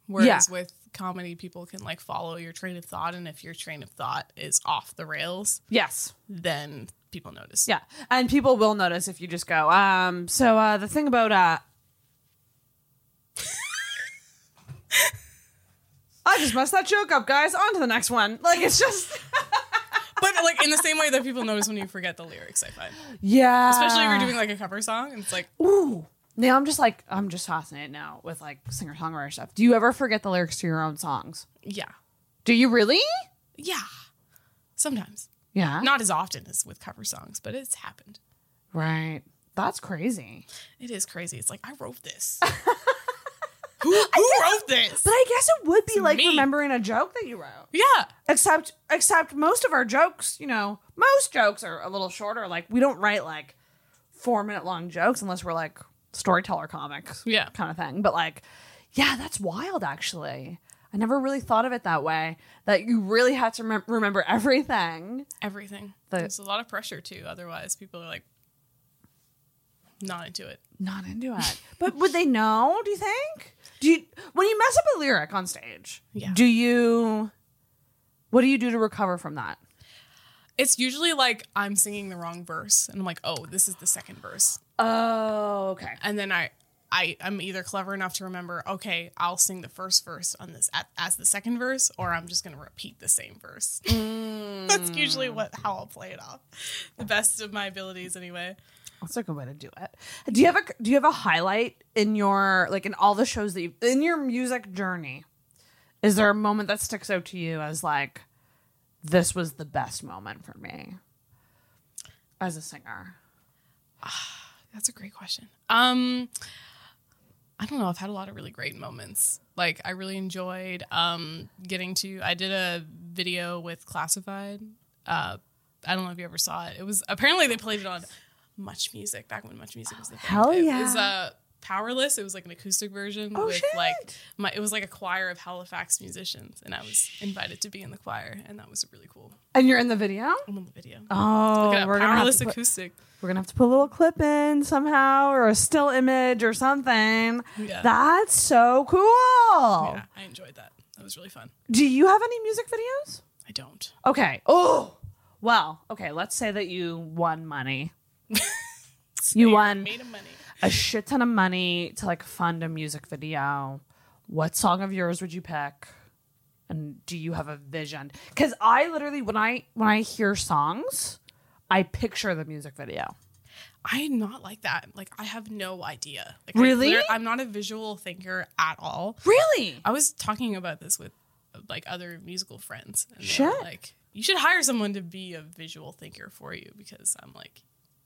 Whereas Yeah. with comedy, people can like follow your train of thought. And if your train of thought is off the rails, yes. then people notice. Yeah. And people will notice if you just go, um, so uh the thing about uh I just messed that joke up, guys. On to the next one. Like it's just But like in the same way that people notice when you forget the lyrics, I find. Yeah. Especially if you're doing like a cover song and it's like, Ooh. Now I'm just like I'm just fascinated now with like singer songwriter stuff. Do you ever forget the lyrics to your own songs? yeah. Do you really? Yeah. Sometimes. Yeah. Not as often as with cover songs, but it's happened. Right. That's crazy. It is crazy. It's like, I wrote this. who who wrote this? But I guess it would be like me. remembering a joke that you wrote. Yeah. Except except most of our jokes, you know, most jokes are a little shorter. Like we don't write like 4 minute long jokes unless we're like storyteller comics. Yeah. kind of thing. But like, yeah, that's wild. Actually, I never really thought of it that way. That you really have to remem- remember everything. Everything. The- There's a lot of pressure too. Otherwise, people are like, not into it. Not into it. but would they know? Do you think? Do you when you mess up a lyric on stage? Yeah. Do you? What do you do to recover from that? It's usually like I'm singing the wrong verse and I'm like, oh, this is the second verse. Oh, okay. And then I. I, I'm either clever enough to remember, okay, I'll sing the first verse on this at, as the second verse, or I'm just going to repeat the same verse. That's usually what how I'll play it off, the best of my abilities, anyway. That's a good way to do it. Do you have a do you have a highlight in your like in all the shows that you in your music journey? Is there a moment that sticks out to you as like this was the best moment for me as a singer? That's a great question. Um, I don't know. I've had a lot of really great moments. Like I really enjoyed um, getting to. I did a video with Classified. Uh, I don't know if you ever saw it. It was apparently they played it on Much Music back when Much Music was the thing. hell It yeah. Oh, was uh, Powerless. It was like an acoustic version with shit. like my. It was like a choir of Halifax musicians, and I was invited to be in the choir, and that was really cool. And you're in the video? I'm on the video. Oh, Look at that, we're gonna, have powerless to put, acoustic. we're gonna have to put a little clip in somehow or a still image or something. Yeah. That's so cool. Oh. Yeah, I enjoyed that. That was really fun. Do you have any music videos? I don't. Okay. Oh, well, okay. Let's say that you won money. you won Made of money. a shit ton of money to like fund a music video. What song of yours would you pick? And do you have a vision? Because I literally, when I when I hear songs, I picture the music video. I'm not like that. Like I have no idea. Like, Really? I liter- I'm not a visual thinker at all. Really? I was talking about this with like other musical friends. And they were Shit. Like you should hire someone to be a visual thinker for you because I'm like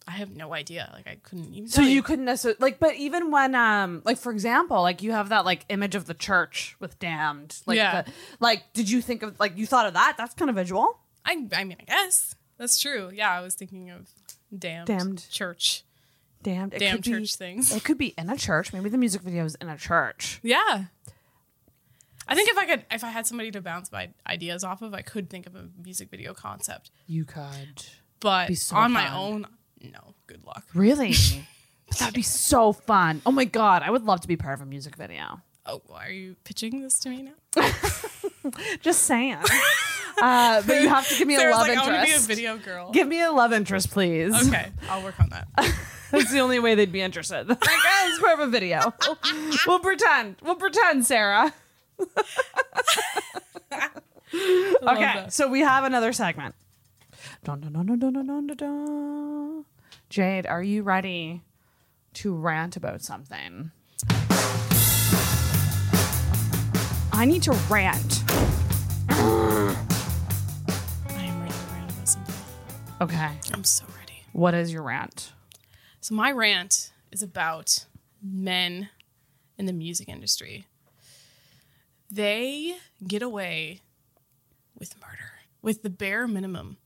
I have no idea. Like I couldn't even. So tell you couldn't necessarily like, but even when um, like for example, like you have that like image of the church with damned, like, Yeah. the, like did you think of like you thought of that? That's kind of visual. I I mean I guess that's true. Yeah, I was thinking of damned, Damned. church, damned it could damned be- church things. it could be in a church maybe the music video is in a church Yeah. I think if I could, if I had somebody to bounce my ideas off of, I could think of a music video concept. you could but Be so on my fun. own, no, good luck. really But that'd be so fun. Oh my god, I would love to be part of a music video. Oh, are you pitching this to me now? Just saying. uh, but you have to give me a Sarah's love like, I want to be a interest. video girl. Give me a love interest, please. okay, I'll work on that. That's the only way they'd be interested. Like, oh, it's part of a video. we'll pretend. We'll pretend, Sarah. okay, that. so we have another segment. Dun, dun, dun, dun, dun, dun, dun, dun, dun. Jade, are you ready to rant about something? I need to rant. I am ready to rant about something. Okay, I'm so ready. what is your rant? So my rant is about men in the music industry. They get away with murder, with the bare minimum.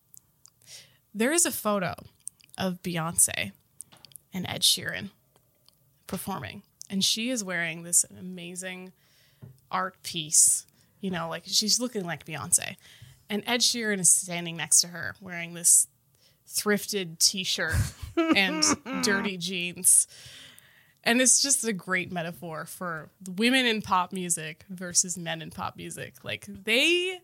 There is a photo of Beyonce and Ed Sheeran performing, and she is wearing this amazing art piece. You know, like she's looking like Beyonce. And Ed Sheeran is standing next to her wearing this thrifted t-shirt and dirty jeans. And it's just a great metaphor for women in pop music versus men in pop music. Like they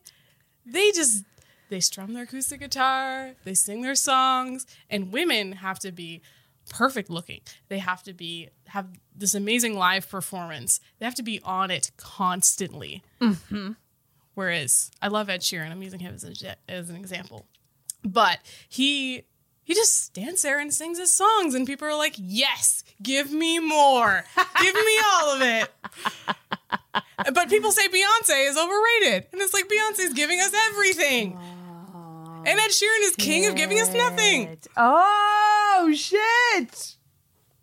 they just they strum their acoustic guitar, they sing their songs, and women have to be perfect looking. They have to be have this amazing live performance. They have to be on it constantly. Whereas I love Ed Sheeran. I'm using him as, a, as an example but he he just stands there and sings his songs and people are like yes give me more give me all of it but people say beyonce is overrated and it's like beyonce's giving us everything and ed sheeran is king of giving us nothing Oh shit!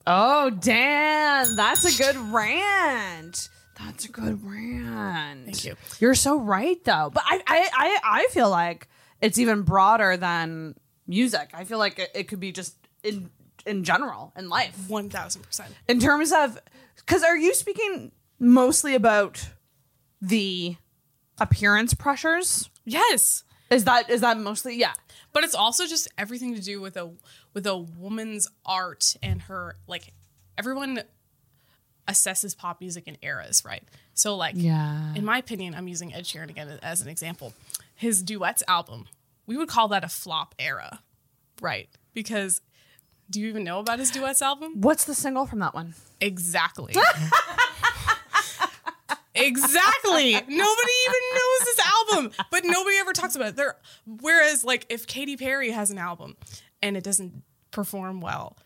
Oh damn, that's a good rant. That's a good rant. Thank you. You're so right though. But I I I, I feel like it's even broader than music. I feel like it, it could be just in in general in life. 1000% In terms of cuz are you speaking mostly about the appearance pressures? yes Is that is that mostly yeah. but it's also just everything to do with a with a woman's art and her like everyone assesses pop music in eras right so like Yeah. in my opinion, I'm using Ed Sheeran again as an example. His duets album, we would call that a flop era, right? Because do you even know about his duets album? What's the single from that one? Exactly. exactly. Nobody even knows this album, but nobody ever talks about it. There, whereas, like, if Katy Perry has an album and it doesn't perform well,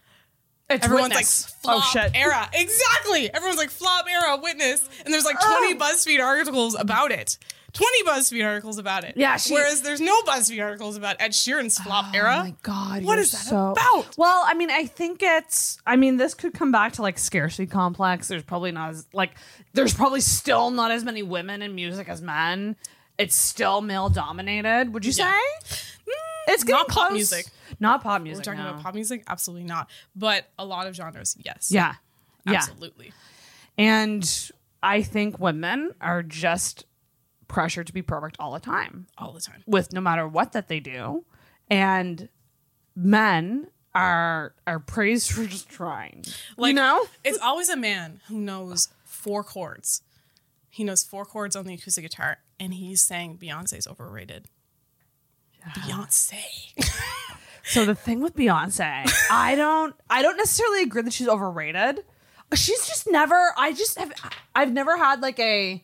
It's Everyone's Witness. Oh, like flop era. Exactly. Everyone's like flop era witness. And there's like 20 BuzzFeed articles about it. 20 BuzzFeed articles about it. Yeah, she- Whereas there's no BuzzFeed articles about Ed Sheeran's flop era. Oh my god, What you're is that so- about? Well, I mean, I think it's. I mean, this could come back to like scarcity complex. There's probably not as like. There's probably still not as many women in music as men. It's still male dominated. Would you Yeah. Mm, say? it's getting not pop close. music. Not pop music. We're talking no. about pop music? Absolutely not. But a lot of genres, yes. Yeah, yeah. Absolutely. And I think women are just pressured to be perfect all the time. All the time. with no matter what that they do and men are are praised for just trying Like, you know It's always a man who knows four chords. He knows four chords on the acoustic guitar, and he's saying Beyonce's overrated. Beyonce. so the thing with beyonce i don't i don't necessarily agree that she's overrated she's just never i just have i've never had like a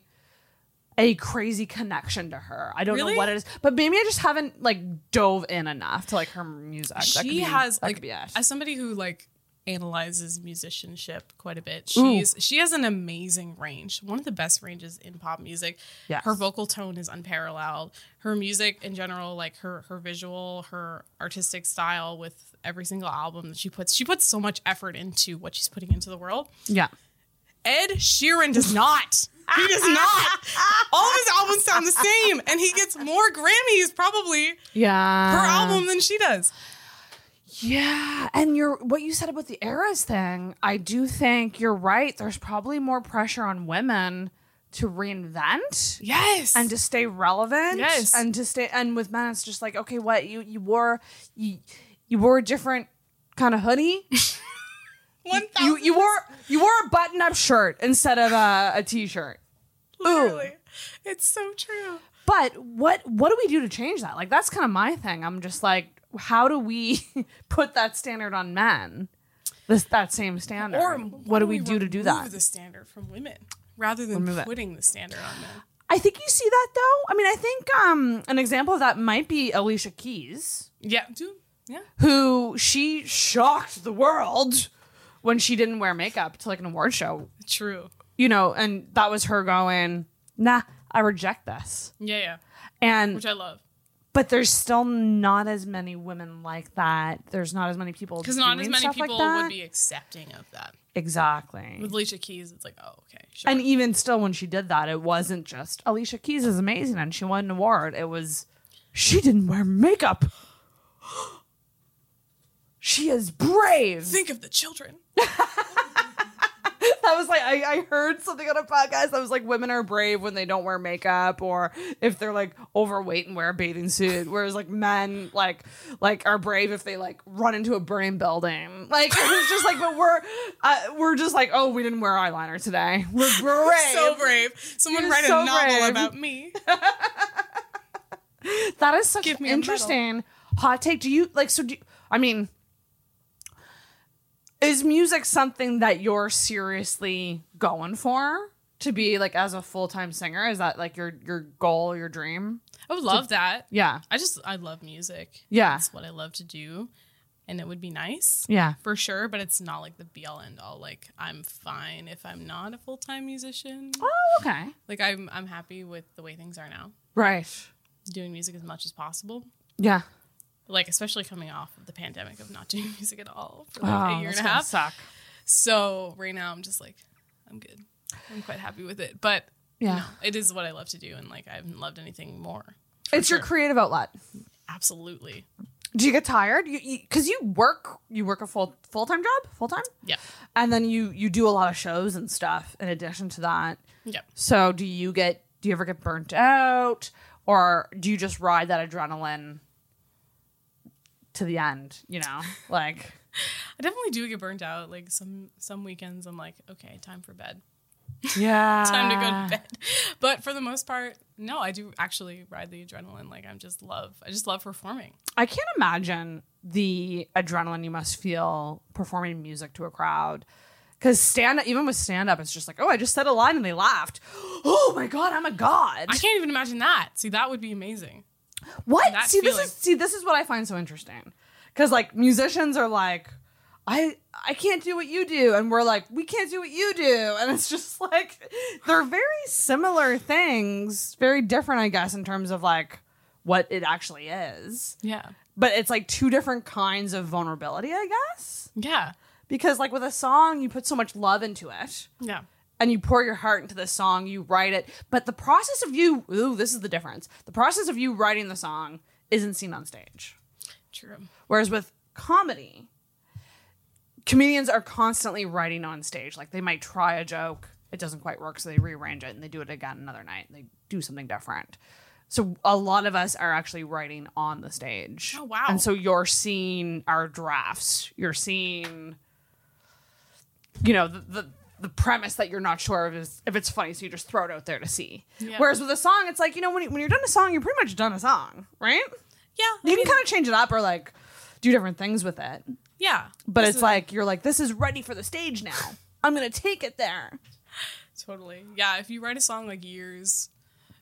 a crazy connection to her i don't Really? know what it is but maybe i just haven't like dove in enough to like her music That could she be- has that like could be it. as somebody who like analyzes musicianship quite a bit she's she has an amazing range one of the best ranges in pop music Yes. her vocal tone is unparalleled her music in general like her her visual her artistic style with every single album that she puts she puts so much effort into what she's putting into the world yeah Ed Sheeran does not. He does not. All of his albums sound the same, and he gets more Grammys probably yeah per album than she does. Yeah, and you're what you said about the eras thing. I do think you're right. There's probably more pressure on women to reinvent Yes, and to stay relevant. Yes. and to stay and with men, it's just like okay, what you you wore you you wore a different kind of hoodie. One You thousand. you wore you wore a button up shirt instead of a, a t shirt. literally. It's so true. But what what do we do to change that? Like that's kind of my thing. I'm just like, how do we put that standard on men? This that same standard. Or what do we do to do that? Remove the standard from women rather than Remove it. putting the standard on men. I think you see that though. I mean, I think um an example of that might be Alicia Keys, Yeah, do yeah. who she shocked the world when she didn't wear makeup to like an award show, True. you know, and that was her going, "Nah, I reject this." Yeah, yeah. And Which I love but there's still not as many women like that. There's not as many people because not as doing many stuff like people that. would be accepting of that. exactly. With Alicia Keys, it's like, oh, okay, sure. And even still, when she did that, it wasn't just Alicia Keys is amazing and she won an award. It was she didn't wear makeup. She is brave. Think of the children. That was like I, I heard something on a podcast that was like women are brave when they don't wear makeup or if they're like overweight and wear a bathing suit, whereas like men like like are brave if they like run into a burning building. Like it's just like, but we're uh, we're just like, oh, we didn't wear eyeliner today. We're brave. So brave. Someone You're write so a novel brave. about me. that is such Give an me a medal. interesting hot take. Do you like so? Do you, I mean? Is music something that you're seriously going for to be like as a full time singer? Is that like your your goal, your dream? I would love that. Yeah, I just I love music. Yeah. That's what I love to do. And it would be nice. yeah, For sure, but it's not like the be all end all. Like I'm fine if I'm not a full time musician. okay, Like I'm I'm happy with the way things are now. right, Doing music as much as possible. yeah. Like especially coming off of the pandemic of not doing music at all for like Oh, a year and a half. Suck. So right now I'm just like, I'm good. I'm quite happy with it. But Yeah, it is what I love to do and like I haven't loved anything more. it's your sure. creative outlet. Absolutely. Do you get tired? You because you, work you work a full full time job, full time, Yeah. and then you you do a lot of shows and stuff in addition to that. Yeah. So do you get do you ever get burnt out or do you just ride that adrenaline to the end, you know? Like I definitely do get burnt out. Like some some weekends I'm like, okay, time for bed. yeah. time to go Ah. to bed. But for the most part, no, I do actually ride the adrenaline. Like I'm just love. I just love performing. I can't imagine the adrenaline you must feel performing music to a crowd. Cuz stand even with stand up it's just like, "Oh, I just said a line and they laughed." Oh my god, I'm a god. I can't even imagine that. See, that would be amazing. What? that see, feeling. this is see, this is what I find so interesting, because like musicians are like, I I can't do what you do, and we're like, we can't do what you do, and it's just like they're very similar things, very different, I guess, in terms of like what it actually is, Yeah. but it's like two different kinds of vulnerability, I guess, Yeah. because like with a song, you put so much love into it, Yeah. and you pour your heart into the song, you write it. But the process of you, ooh, this is the difference. The process of you writing the song isn't seen on stage. True. Whereas with comedy, comedians are constantly writing on stage. Like they might try a joke, it doesn't quite work, so they rearrange it and they do it again another night. They do something different. So a lot of us are actually writing on the stage. Oh, wow. And so you're seeing our drafts. You're seeing, you know, the. the the premise that you're not sure of is if it's funny, so you just throw it out there to see. Yeah. Whereas with a song, it's like you know when, you, when you're done a song, you're pretty much done a song, right? Yeah. you can kind of change it up or like do different things with it Yeah. but it's like you're like this is ready for the stage now i'm gonna take it there Totally. Yeah. If you write a song like years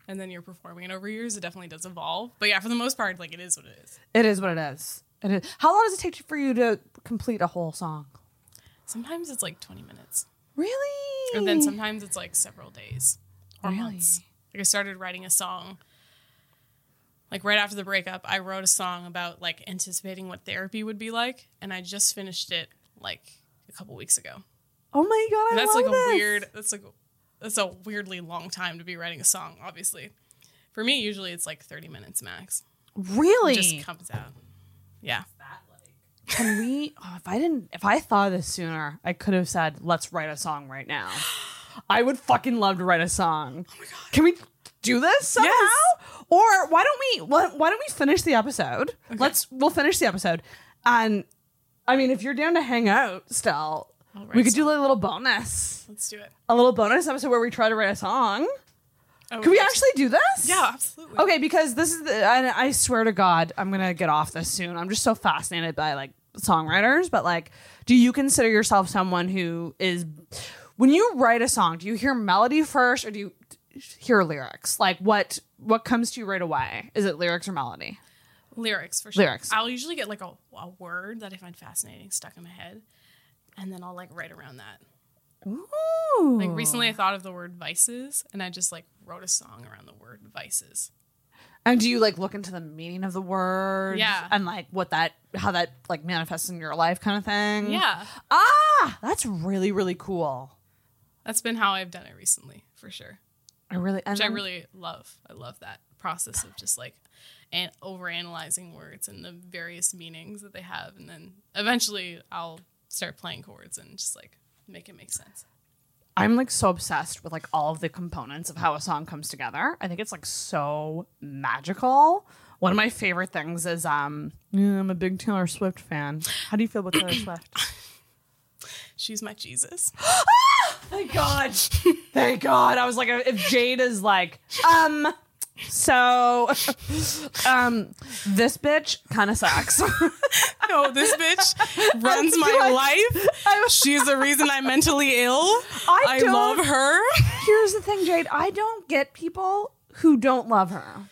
and then you're performing it over years, it definitely does evolve. But yeah, for the most part, like it is what it is. it is what it is it is how long does it take for you to complete a whole song Sometimes it's like 20 minutes. really And then sometimes it's like several days or months. Like I started writing a song. Like right after the breakup, I wrote a song about like anticipating what therapy would be like, and I just finished it like a couple weeks ago. oh my god I And that's like love a this. weird. That's like that's a weirdly long time to be writing a song. Obviously, for me, usually it's like thirty minutes max. It really just comes out. Yeah, can we oh, if i didn't if i thought of this sooner i could have said let's write a song right now i would fucking love to write a song oh my god can we do this somehow or why don't we why, why don't we finish the episode let's we'll finish the episode and i mean if you're down to hang out still I'll write We could some. do like a little bonus, Let's do it. a little bonus episode where we try to write a song. Oh, Could we have- actually do this? Yeah, absolutely. Okay, because this is the, and I swear to God, I'm gonna get off this soon. I'm just so fascinated by like songwriters, but like, do you consider yourself someone who is, when you write a song, do you hear melody first or do you hear lyrics? Like, what what comes to you right away? Is it lyrics or melody? Lyrics for sure. Lyrics. I'll usually get like a, a word that I find fascinating stuck in my head, and then I'll like write around that. Ooh, Like recently, I thought of the word vices, and I just like wrote a song around the word vices. and do you like look into the meaning of the word? Yeah. and like what that how that like manifests in your life, kind of thing. Yeah, ah, that's really really cool. that's been how I've done it recently for sure, I really, and which I then- really love. I love that process of just like and overanalyzing words and the various meanings that they have, and then eventually I'll start playing chords and just like make it make sense. I'm like so obsessed with like all of the components of how a song comes together. I think it's like so magical. One of my favorite things is um yeah, I'm a big Taylor Swift fan. How do you feel about Taylor Swift? She's my Jesus. Thank God. Thank God. I was like if Jade is like um so um this bitch kind of sucks. No, Oh, this bitch runs my life. She's the reason I'm mentally ill. I, don't- love her. Here's the thing, Jade. I don't get people who don't love her.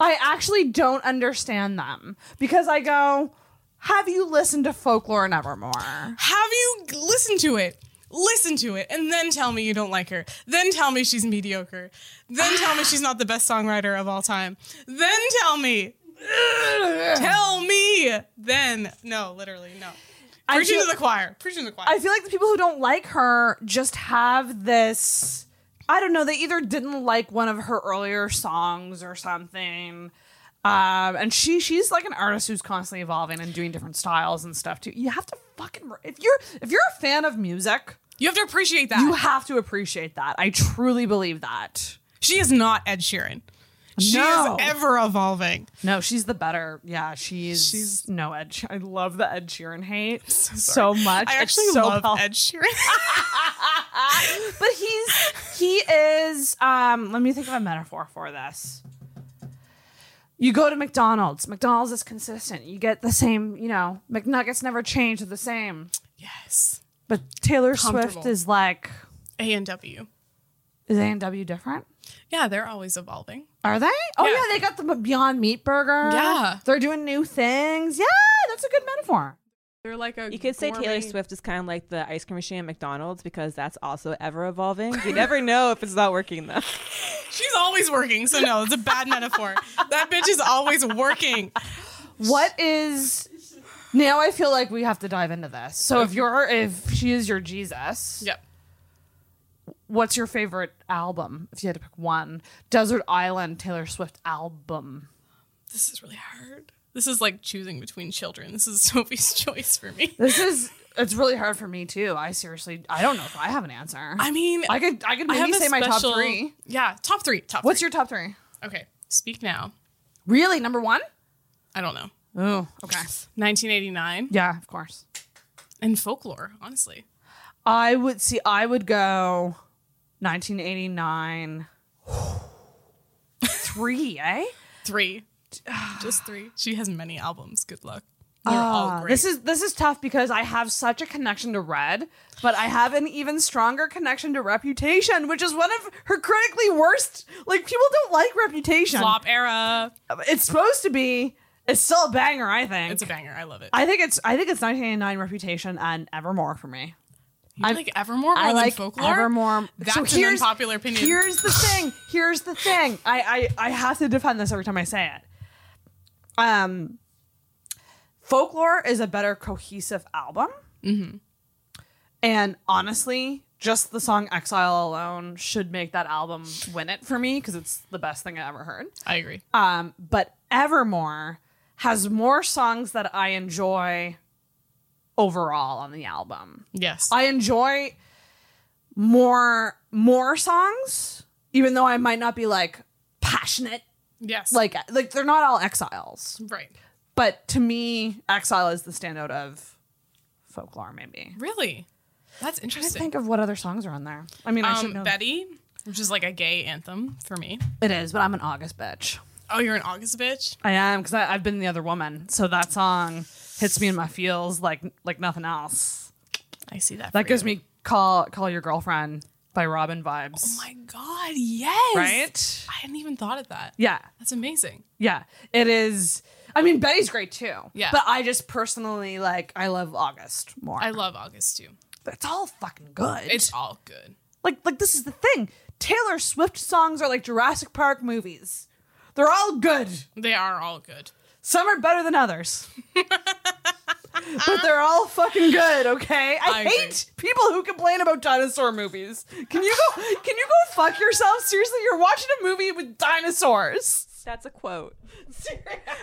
I actually don't understand them because I go, have you listened to Folklore and Evermore? Have you listened to it? Listen to it and then tell me you don't like her. Then tell me she's mediocre. Then tell me she's not the best songwriter of all time. Then tell me. tell me. Then. No, literally, no. I Preaching feel- to the choir. Preaching to the choir. I feel like the people who don't like her just have this. I don't know. They either didn't like one of her earlier songs or something. Um, and she she's like an artist who's constantly evolving and doing different styles and stuff too. You have to fucking if you're if you're a fan of music, you have to appreciate that. You have to appreciate that. I truly believe that. she is not Ed Sheeran. She No. is ever evolving. No, she's the better. Yeah, she's She's- she's no Ed. She- I love the Ed Sheeran hate so, sorry. much. I actually it's so love pal- Ed Sheeran. but he's he is. Um, let me think of a metaphor for this. You go to McDonald's. McDonald's is consistent. You get the same. You know, McNuggets never change. They're the same. Yes. But Taylor Swift Comfortable. is like A and W. is A and W different? Yeah, they're always evolving. Are they? Oh Yeah. yeah. they got the Beyond Meat burger. Yeah. they're doing new things. Yeah, that's a good metaphor. They're like a You could say Taylor Swift is kind of like the ice cream machine at McDonald's because that's also ever evolving. You never know if it's not working though. She's always working, so no, it's a bad metaphor. That bitch is always working. What is now? I feel like we have to dive into this. So if you're if she is your Jesus, Yep. what's your favorite album? If you had to pick one, Desert Island Taylor Swift album. This is really hard. This is like choosing between children. This is Sophie's choice for me. This is it's really hard for me too. I seriously I don't know if I have an answer. I mean, I could I could I maybe a say my top special- three. Yeah, top three. Top. What's your top three? your okay? Speak now. Really, number one? I don't know. Oh, okay. 1989 Yeah, of course. and folklore. Honestly, I would see. I would go 1989. Three, eh? three. Just three. She has many albums. Good luck. They're all Uh, great. this is this is tough because I have such a connection to Red, but I have an even stronger connection to Reputation, which is one of her critically worst. Like people don't like Reputation. flop era. It's supposed to be. It's still a banger, I think. It's a banger. I love it. I think it's I think it's 1989 Reputation and Evermore for me. You like Evermore more I than like folklore. Evermore. That's So an here's- unpopular opinion. Here's the thing. Here's the thing. I, I I have to defend this every time I say it. Um, folklore is a better cohesive album. Mm-hmm. And honestly, just the song "Exile" alone should make that album win it for me because it's the best thing I ever heard. I agree. Um, but Evermore has more songs that I enjoy overall on the album. Yes. I enjoy more more songs, even though I might not be like passionate. yes. Like like they're not all exiles, right. but to me, exile is the standout of folklore. Maybe Really? That's I interesting. think of what other songs are on there. I mean, I should know. um, Betty, which is like a gay anthem for me. it is, but I'm an August bitch. Oh, you're an August bitch. I am because I've been the other woman, so that song hits me in my feels like like nothing else. I see that. That for gives you. me "Call Call Your Girlfriend" by Robin vibes, Oh my god, yes. right? I hadn't even thought of that. Yeah, That's amazing. yeah. It is. I mean, Betty's great too. Yeah. but I just personally like I love August more. I love August too. it's all fucking good. It's all good. like like this is the thing. Taylor Swift songs are like Jurassic Park movies. They're all good. They are all good. Some are better than others. but they're all fucking good, okay? I, I hate people who complain about dinosaur movies. Can you go can you go fuck yourself? Seriously, you're watching a movie with dinosaurs. That's a quote.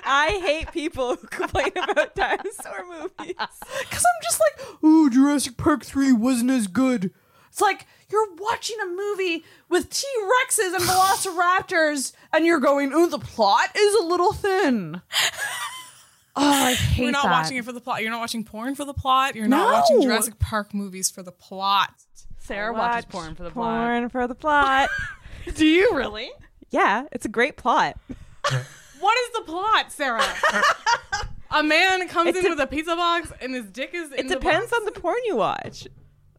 I hate people who complain about dinosaur movies. Cause I'm just like, ooh, Jurassic Park 3 wasn't as good. It's like you're watching a movie with T Rexes and Velociraptors, and you're going, ooh, the plot is a little thin. oh, I hate You're not that. watching it for the plot. You're not watching porn for the plot. You're not watching No. Jurassic Park movies for the plot. Sarah watches Watch porn for the plot. Porn for the plot. Do you really? yeah, it's a great plot. What is the plot, Sarah? a man comes It in de- with a pizza box and his dick is. It depends on the porn you watch.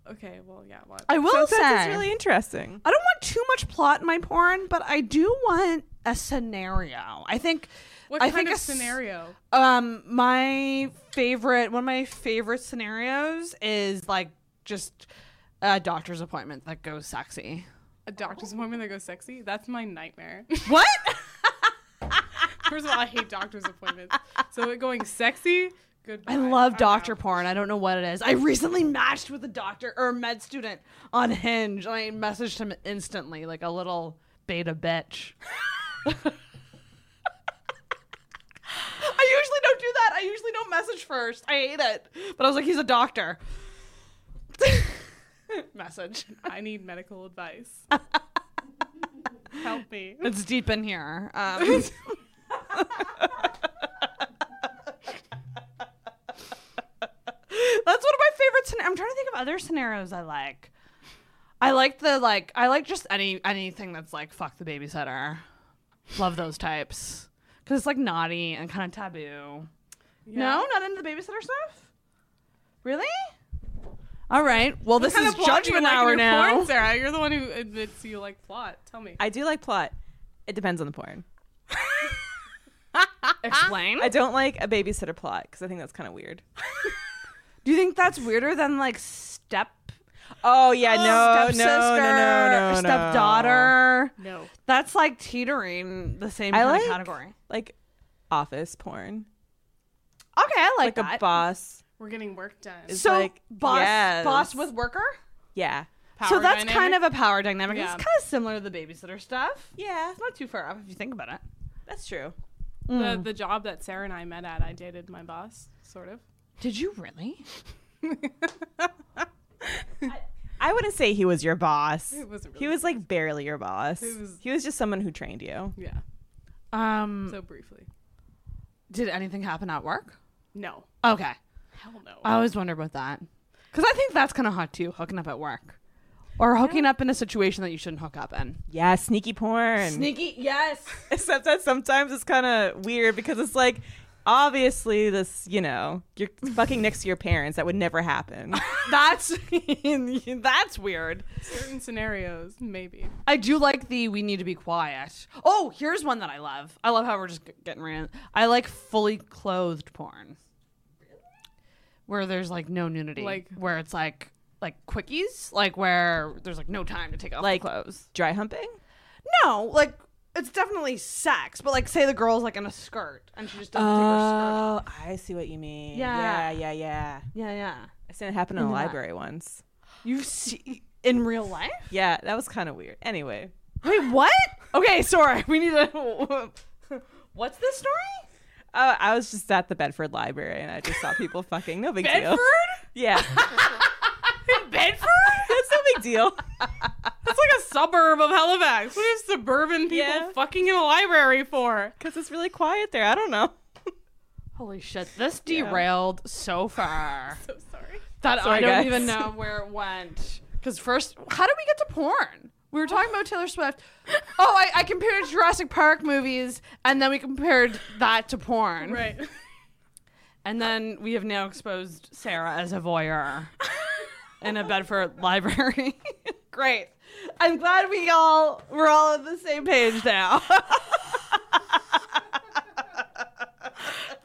Okay, well, yeah. What? I will Sometimes say it's really interesting. I don't want too much plot in my porn, but I do want a scenario. I think what I kind think of a s- scenario? Um, my favorite one of my favorite scenarios is like just a doctor's appointment that goes sexy. A doctor's appointment that goes sexy? That's my nightmare. What? First of all, I hate doctor's appointments. So it going sexy. Goodbye. I I'm love doctor out. porn. I don't know what it is. I recently matched with a doctor or a med student on Hinge, and I messaged him instantly like a little beta bitch. I usually don't do that. I usually don't message first. I hate it. But I was like, he's a doctor. Message. I need medical advice. Help me. It's deep in here. Um, That's one of my favorite scena- I'm trying to think of other scenarios I like. I like the like I like just any anything that's like fuck the babysitter. Love those types. Cuz it's like naughty and kind of taboo. No, not into the babysitter stuff? Really? All right. Well, this Kind is of plot do you judgment like in hour your now. Porn, Sarah, you're the one who admits you like plot. Tell me. I do like plot. It depends on the porn. Explain. Ah. I don't like a babysitter plot because I think that's kind of weird. Do you think that's weirder than like step Oh yeah, no, stepsister, no, no, no, no, no, stepdaughter? No. That's like teetering the same I kind like- of category. Like office porn, Okay, I like like, a that. boss. We're getting work done. is so like, boss, yes. boss with worker. Yeah, so that's kind of a power dynamic. Yeah. It's kind of similar to the babysitter stuff. yeah, It's not too far off if you think about it. that's true. Mm. the, the job that Sarah and I met at. I dated my boss, sort of. Did you really? I wouldn't say he was your boss. It wasn't He really- was like barely your boss. It was- He was just someone who trained you. Yeah. Um, So briefly. did anything happen at work? No. Okay, Hell no. I always wonder about that because I think that's kind of hot too, hooking up at work or hooking up in a situation that you shouldn't hook up in. Yeah, sneaky porn. Sneaky, yes. Except that sometimes it's kind of weird because it's like, obviously, this, you know, you're fucking next to your parents. That would never happen. That's that's weird. Certain scenarios, maybe. I do like the we need to be quiet. Oh, here's one that I love. I love how we're just g- getting ran. I like fully clothed porn. Where there's like no nudity. Like- where it's like like quickies, like where there's like no time to take off Like- the clothes. Dry humping? No, like it's definitely sex, but like say the girl's like in a skirt and she just doesn't take her skirt. Oh, I see what you mean. Yeah. yeah, yeah, yeah. Uh, Yeah, yeah. I've seen it happen in a Into that. library once. You see in real life? Yeah, that was kind of weird. Anyway, Wait, what? Okay, sorry. We need to What's this story? uh, I was just at the Bedford Library and I just saw people fucking. No big deal. Bedford? Yeah, In Bedford? that's no big deal. That's like a suburb of Halifax. What are suburban people Yeah. fucking in a library for? Because it's really quiet there. I don't know. Holy shit, this derailed so far. So sorry. That Sorry, I don't guys. even know where it went. Because first, how did we get to porn? We were talking about Taylor Swift. Oh, I, I compared Jurassic Park movies, and then we compared that to porn. Right. And then we have now exposed Sarah as a voyeur in a Bedford library. Great. I'm glad we all we're all on the same page now.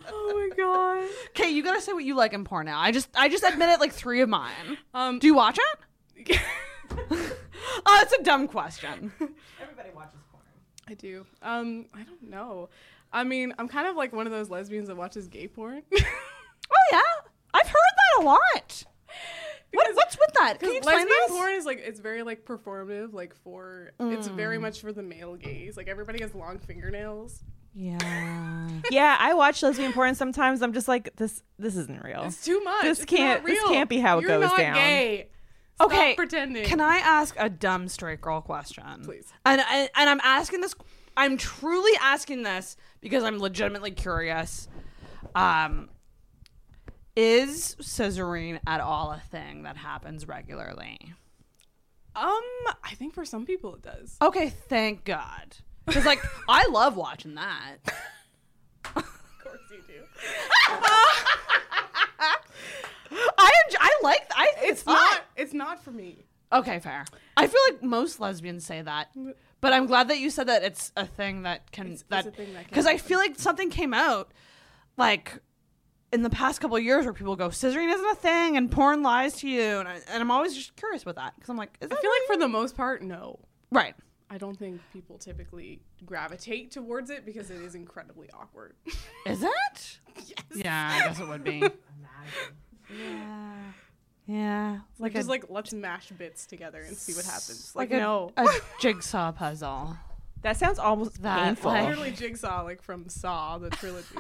Oh my god. Okay, you gotta say what you like in porn now. I just I just admitted like three of mine. Um, uh, Do you watch it? oh, it's a dumb question. Everybody watches porn. I do. Um, I don't know. I mean, I'm kind of like one of those lesbians that watches gay porn. Oh yeah, I've heard that a lot. What, Because- what's with that? Can you Because explain lesbian this? porn is like it's very like performative, like for it's very much for the male gaze. Like everybody has long fingernails. Yeah. Yeah, I watch lesbian porn sometimes. I'm just like, this this isn't real. It's too much. This It's can't- not this real. can't be how it You're goes not down. Gay. Stop Okay, pretending. Can I ask a dumb straight girl question? Please. And, and and I'm asking this. I'm truly asking this because I'm legitimately curious. Um, is scissoring at all a thing that happens regularly? Um, I think for some people it does. Okay, thank God. Because like I love watching that. Of course you do. I enjoy, I like I. It's, It's not not. It's not for me. okay. Fair. I feel like most lesbians say that, but I'm glad that you said that it's a thing that can It's- it's that a thing that can because I happen. feel like something came out like in the past couple of years where people go scissoring isn't a thing and porn lies to you and, I, and I'm always just curious with that because I'm like is that I feel like for the most part, no. right I don't think people typically gravitate towards it because it is incredibly awkward. is it yeah I guess it would be yeah yeah like just a- like let's mash bits together and see what happens. Like, a, no, a jigsaw puzzle. That sounds almost That, painful. like- literally jigsaw like from Saw the trilogy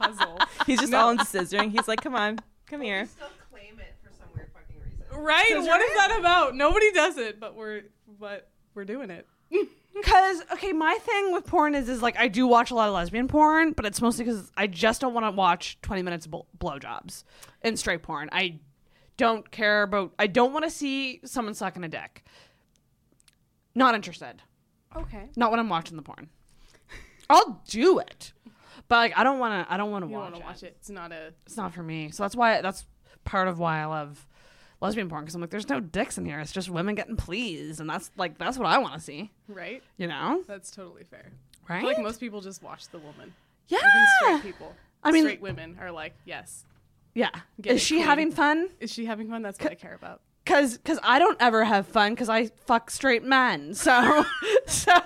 puzzle. He's just all into scissoring. He's like, come on, come here. still claim it for some weird fucking reason. Right? What is that about? Nobody does it, but we're but we're doing it. Because okay, my thing with porn is is like I do watch a lot of lesbian porn, but it's mostly because I just don't want to watch twenty minutes of bl- blowjobs in straight porn. I don't care about. I don't want to see someone sucking a dick. Not interested. Okay. Not when I'm watching the porn. I'll do it, but like I don't want to. I don't want to You watch, want to watch it. It's not a It's not for me. So that's why. That's part of why I love lesbian porn because I'm like, there's no dicks in here. It's just women getting pleased, and that's like that's what I want to see. right? You know, That's totally fair. I right? feel like most people just watch the woman. yeah. Even straight people. I mean- straight women are like, yes. Yeah. Get is it she clean. having fun? Is she having fun? That's what I care about. Cause, cause I don't ever have fun because I fuck straight men. So, so.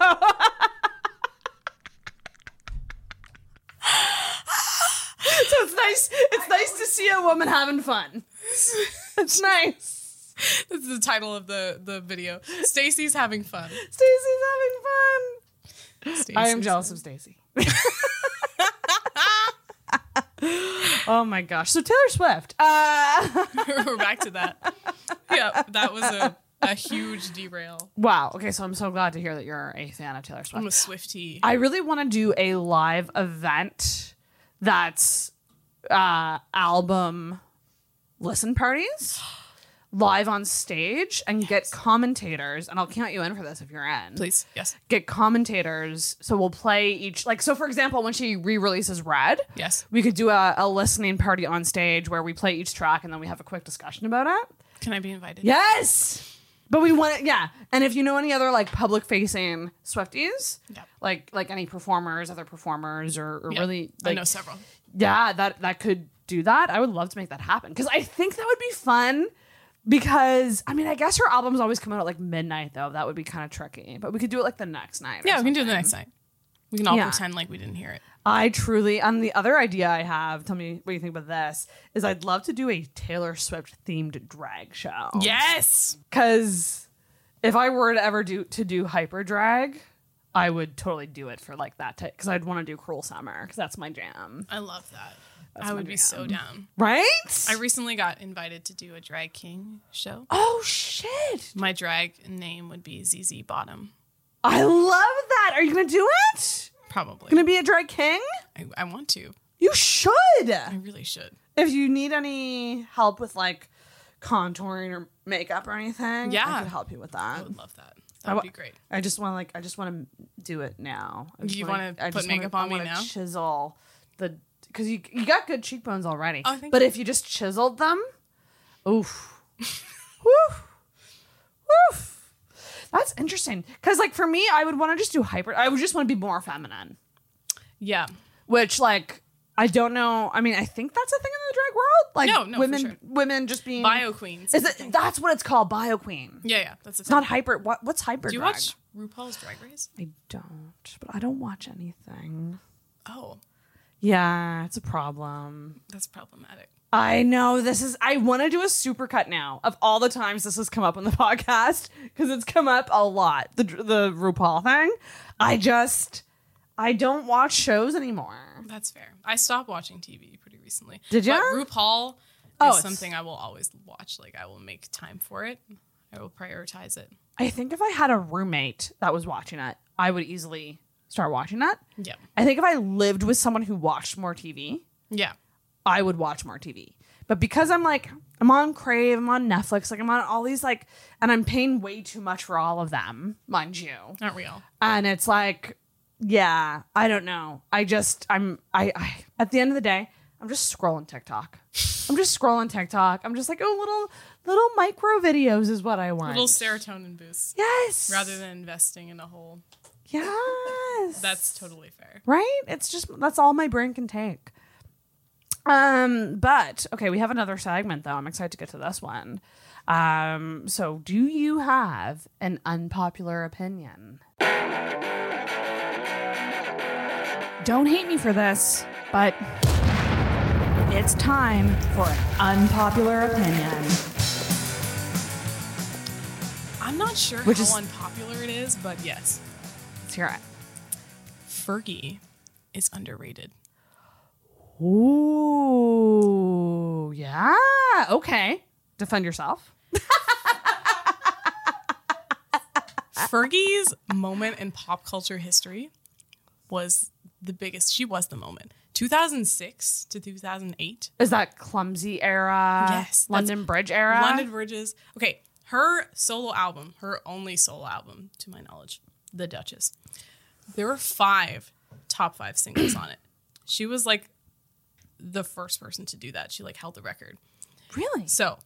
So it's nice. It's nice to see a woman having fun. It's nice. This is the title of the the video. Stacy's having fun. Stacy's having Stacey's fun. I am jealous of Stacy. oh my gosh! So Taylor Swift. Uh, We're back to that. Yeah, that was a, a huge derail. wow. Okay, so I'm so glad to hear that you're a fan of Taylor Swift. I'm a Swifty. I really want to do a live event that's uh, album listen parties live on stage and get commentators. And I'll count you in for this if you're in. Please. Yes. Get commentators. So we'll play each, like, so for example, when she re releases Red, Yes. we could do a, a listening party on stage where we play each track and then we have a quick discussion about it. Can I be invited? Yes. But we want it, yeah. And if you know any other like public facing Swifties, Yeah. like like any performers, other performers, or, or Yeah. really, like, I know several. yeah, that that could do that. I would love to make that happen because I think that would be fun. Because I mean, I guess her albums always come out at like midnight though. That would be kind of tricky, but we could do it like the next night. or Yeah, we can do it the something. next night. We can all Yeah. pretend like we didn't hear it. I truly, and the other idea I have, tell me what you think about this, is I'd love to do a Taylor Swift themed drag show. Yes. because if I were to ever do to do hyper drag, I would totally do it for like that type because I'd want to do Cruel Summer because that's my jam, I love that. I would be so down. right? I recently got invited to do a drag king show. oh shit! My drag name would be ZZ Bottom, I love that. Are you gonna do it? probably. Gonna be a drag king? I, I want to. You should. I really should. If you need any help with like contouring or makeup or anything, I Yeah. could help you with that. I would love that. I That would wa- be great. I just want to like I just want to do it now. I You just wanna I put just makeup wanna, on I me wanna now? Chisel the because you you got good cheekbones already. Oh, thank but you. if you just chiseled them, oof, woof, woof. That's interesting because like for me, I would want to just do hyper. I would just want to be more feminine, Yeah. which like. I don't know. I mean, I think that's a thing in the drag world. Like No, no, for women, sure. women just being Bio queens. Is it? That's what it's called, bio queen. yeah, yeah. That's the It's not hyper. What? What's hyper? Do you drag? watch RuPaul's Drag Race? I don't, but I don't watch anything. Oh, Yeah, it's a problem. that's problematic. I know this is. I want to do a supercut now of all the times this has come up on the podcast because it's come up a lot. The the RuPaul thing. I just I don't watch shows anymore. That's fair. I stopped watching TV pretty recently. Did But ya? RuPaul Oh, is it's- something I will always watch. Like I will make time for it. I will prioritize it. I think if I had a roommate that was watching it, I would easily start watching it. Yeah. I think if I lived with someone who watched more TV, Yeah. I would watch more TV. But because I'm like, I'm on Crave, I'm on Netflix, like I'm on all these like, and I'm paying way too much for all of them, mind you. Not real. And it's like, yeah, I don't know. I just, I'm, I, I at the end of the day, I'm just scrolling TikTok. I'm just scrolling TikTok. I'm just like, oh, little, little micro videos is what I want. Little serotonin boosts yes. rather than investing in a whole. yes. That's totally fair. Right? It's just that's all my brain can take. Um, but okay, we have another segment though. I'm excited to get to this one. Um, so do you have an unpopular opinion? Don't hate me for this, but it's time for an unpopular opinion. I'm not sure Which how is- unpopular it is, but yes, Let's hear it. Fergie is underrated. Ooh, yeah. Okay. Defend yourself. Fergie's moment in pop culture history was the biggest. She was the moment. 2006 to 2008. Is that clumsy era? Yes, that's- London Bridge era. London Bridges. Okay, her solo album, her only solo album, to my knowledge, The Duchess. There were five top five singles on it. She was like the first person to do that. She like held the record. Really? So,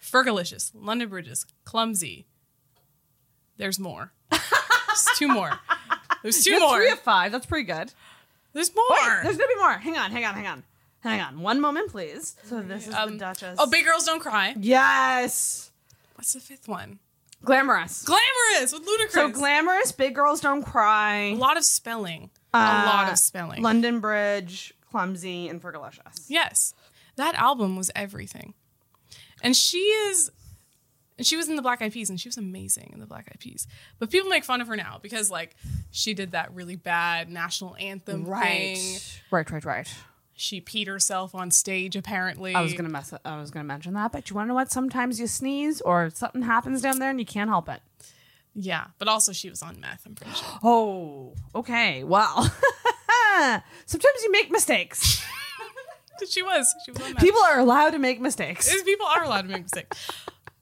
Fergalicious, London Bridges, Clumsy. There's more. There's two more. There's two That's more. Three of five. That's pretty good. There's Wait, more. there's gonna be more. Hang on, hang on, hang on, hang on. One moment, please. So this is the Duchess. oh, Big Girls Don't Cry. yes, What's the fifth one? glamorous. Glamorous with Ludacris. so glamorous. Big girls don't a cry. lot of spelling. Uh, a lot of spelling. London Bridge, clumsy, and Fergalicious. Yes. That album was everything. And she is and she was in the Black Eyed Peas and she was amazing in the Black Eyed Peas. But people make fun of her now because like she did that really bad national anthem thing. Right, right, right. She peed herself on stage apparently. I was gonna mess. I was gonna mention that, but you want to know what? Sometimes you sneeze or something happens down there and you can't help it. Yeah, but also she was on meth, I'm pretty sure. Oh, okay. Wow. Sometimes you make mistakes. she was. She was on meth. People are allowed to make mistakes. is people are allowed to make mistakes.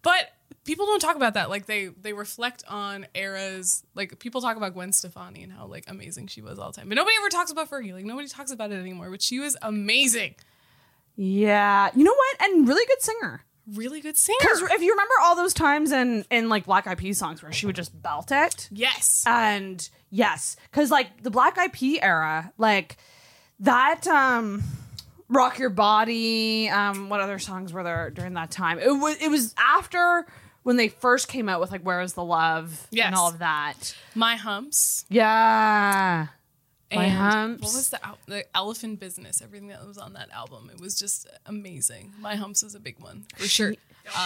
But people don't talk about that. Like they they reflect on eras. Like people talk about Gwen Stefani and how like amazing she was all the time. But nobody ever talks about Fergie. Like nobody talks about it anymore. But she was amazing. Yeah. You know what? And really good singer. Really good singer. Because if you remember all those times in, in like Black Eyed Peas songs where she would just belt it. Yes. And yes, because like the Black Eyed Pea era, like that, um, Rock Your Body, um, what other songs were there during that time? It was, it was after when they first came out with like Where is the Love Yes. and all of that. My humps. Yeah. My and Humps. What was the al- the elephant business? Everything that was on that album. It was just amazing. My humps was a big one for sure.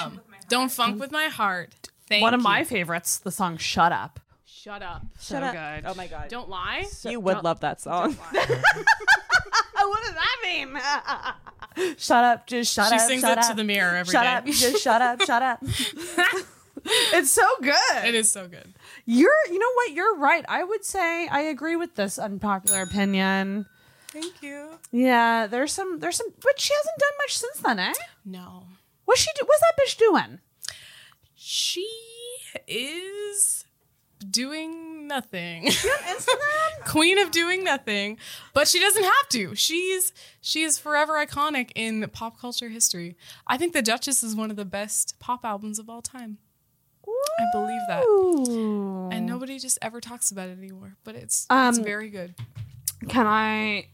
Um, don't funk with my heart. Thank One of you. my favorites, the song Shut Up. Shut up. Shut so good. Oh my god. Don't lie. you would love that song. Oh, what does that mean? shut up, just shut She up. sings shut it up. to the mirror every day. shut up, just shut up, shut up. it's so good. It is so good. You're, you know what? You're right. I would say I agree with this unpopular opinion. Thank you. Yeah, there's some, there's some, but she hasn't done much since then, eh? No. What's she do? What's that bitch doing? She is doing nothing. Instagram? Queen of doing nothing, but she doesn't have to. She's she is forever iconic in pop culture history. I think The Duchess is one of the best pop albums of all time. I believe that. Ooh. And nobody just ever talks about it anymore, but it's it's Um, very good. Can I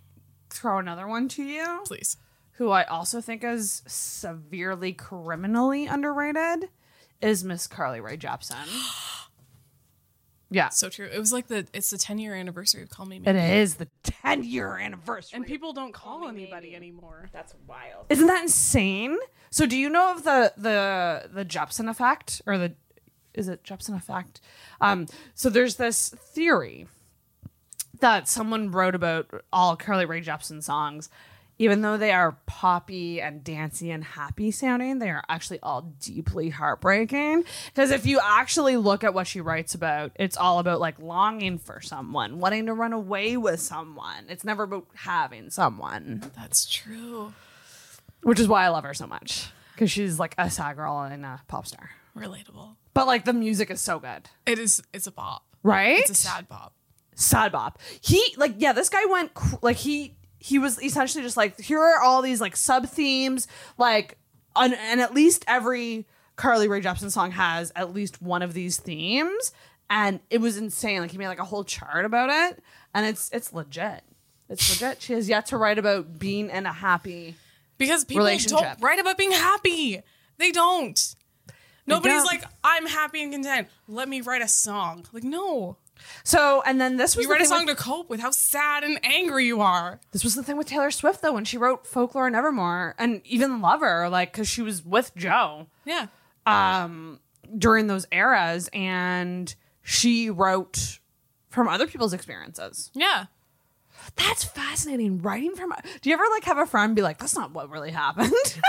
throw another one to you? Please. Who I also think is severely criminally underrated is Miss Carly Rae Jepsen. yeah, So true. It was like the it's the 10 year anniversary of Call Me it Maybe. is the 10 year anniversary. And people don't call anybody anymore. That's wild. Isn't that insane? So do you know of the the the Jepsen effect or the is it Jepsen effect? Um, so there's this theory that someone wrote about all Carly Rae Jepsen songs, even though they are poppy and dancey and happy sounding, they are actually all deeply heartbreaking. Because if you actually look at what she writes about, it's all about like longing for someone, wanting to run away with someone. It's never about having someone That's true. which is why I love her so much because she's like a sad girl and a pop star. Relatable. But like the music is so good, It is it's a pop. right? It's a sad pop. sad bop. He like yeah, this guy went cr- like he he was essentially just like here are all these like sub themes like on, and at least every Carly Rae Jepsen song has at least one of these themes, and it was insane. Like he made like a whole chart about it, and it's it's legit. It's legit. She has yet to write about being in a happy Because people don't Relationship. write about being happy. They don't. Nobody's don't. like, I'm happy and content. Let me write a song. Like, no. So, and then this was You the write a thing with- song to cope with how sad and angry you are. This was the thing with Taylor Swift though when she wrote Folklore and Evermore and even Lover like cuz she was with Joe Yeah. um during those eras and she wrote from other people's experiences. Yeah. That's fascinating writing from Do you ever like have a friend be like that's not what really happened?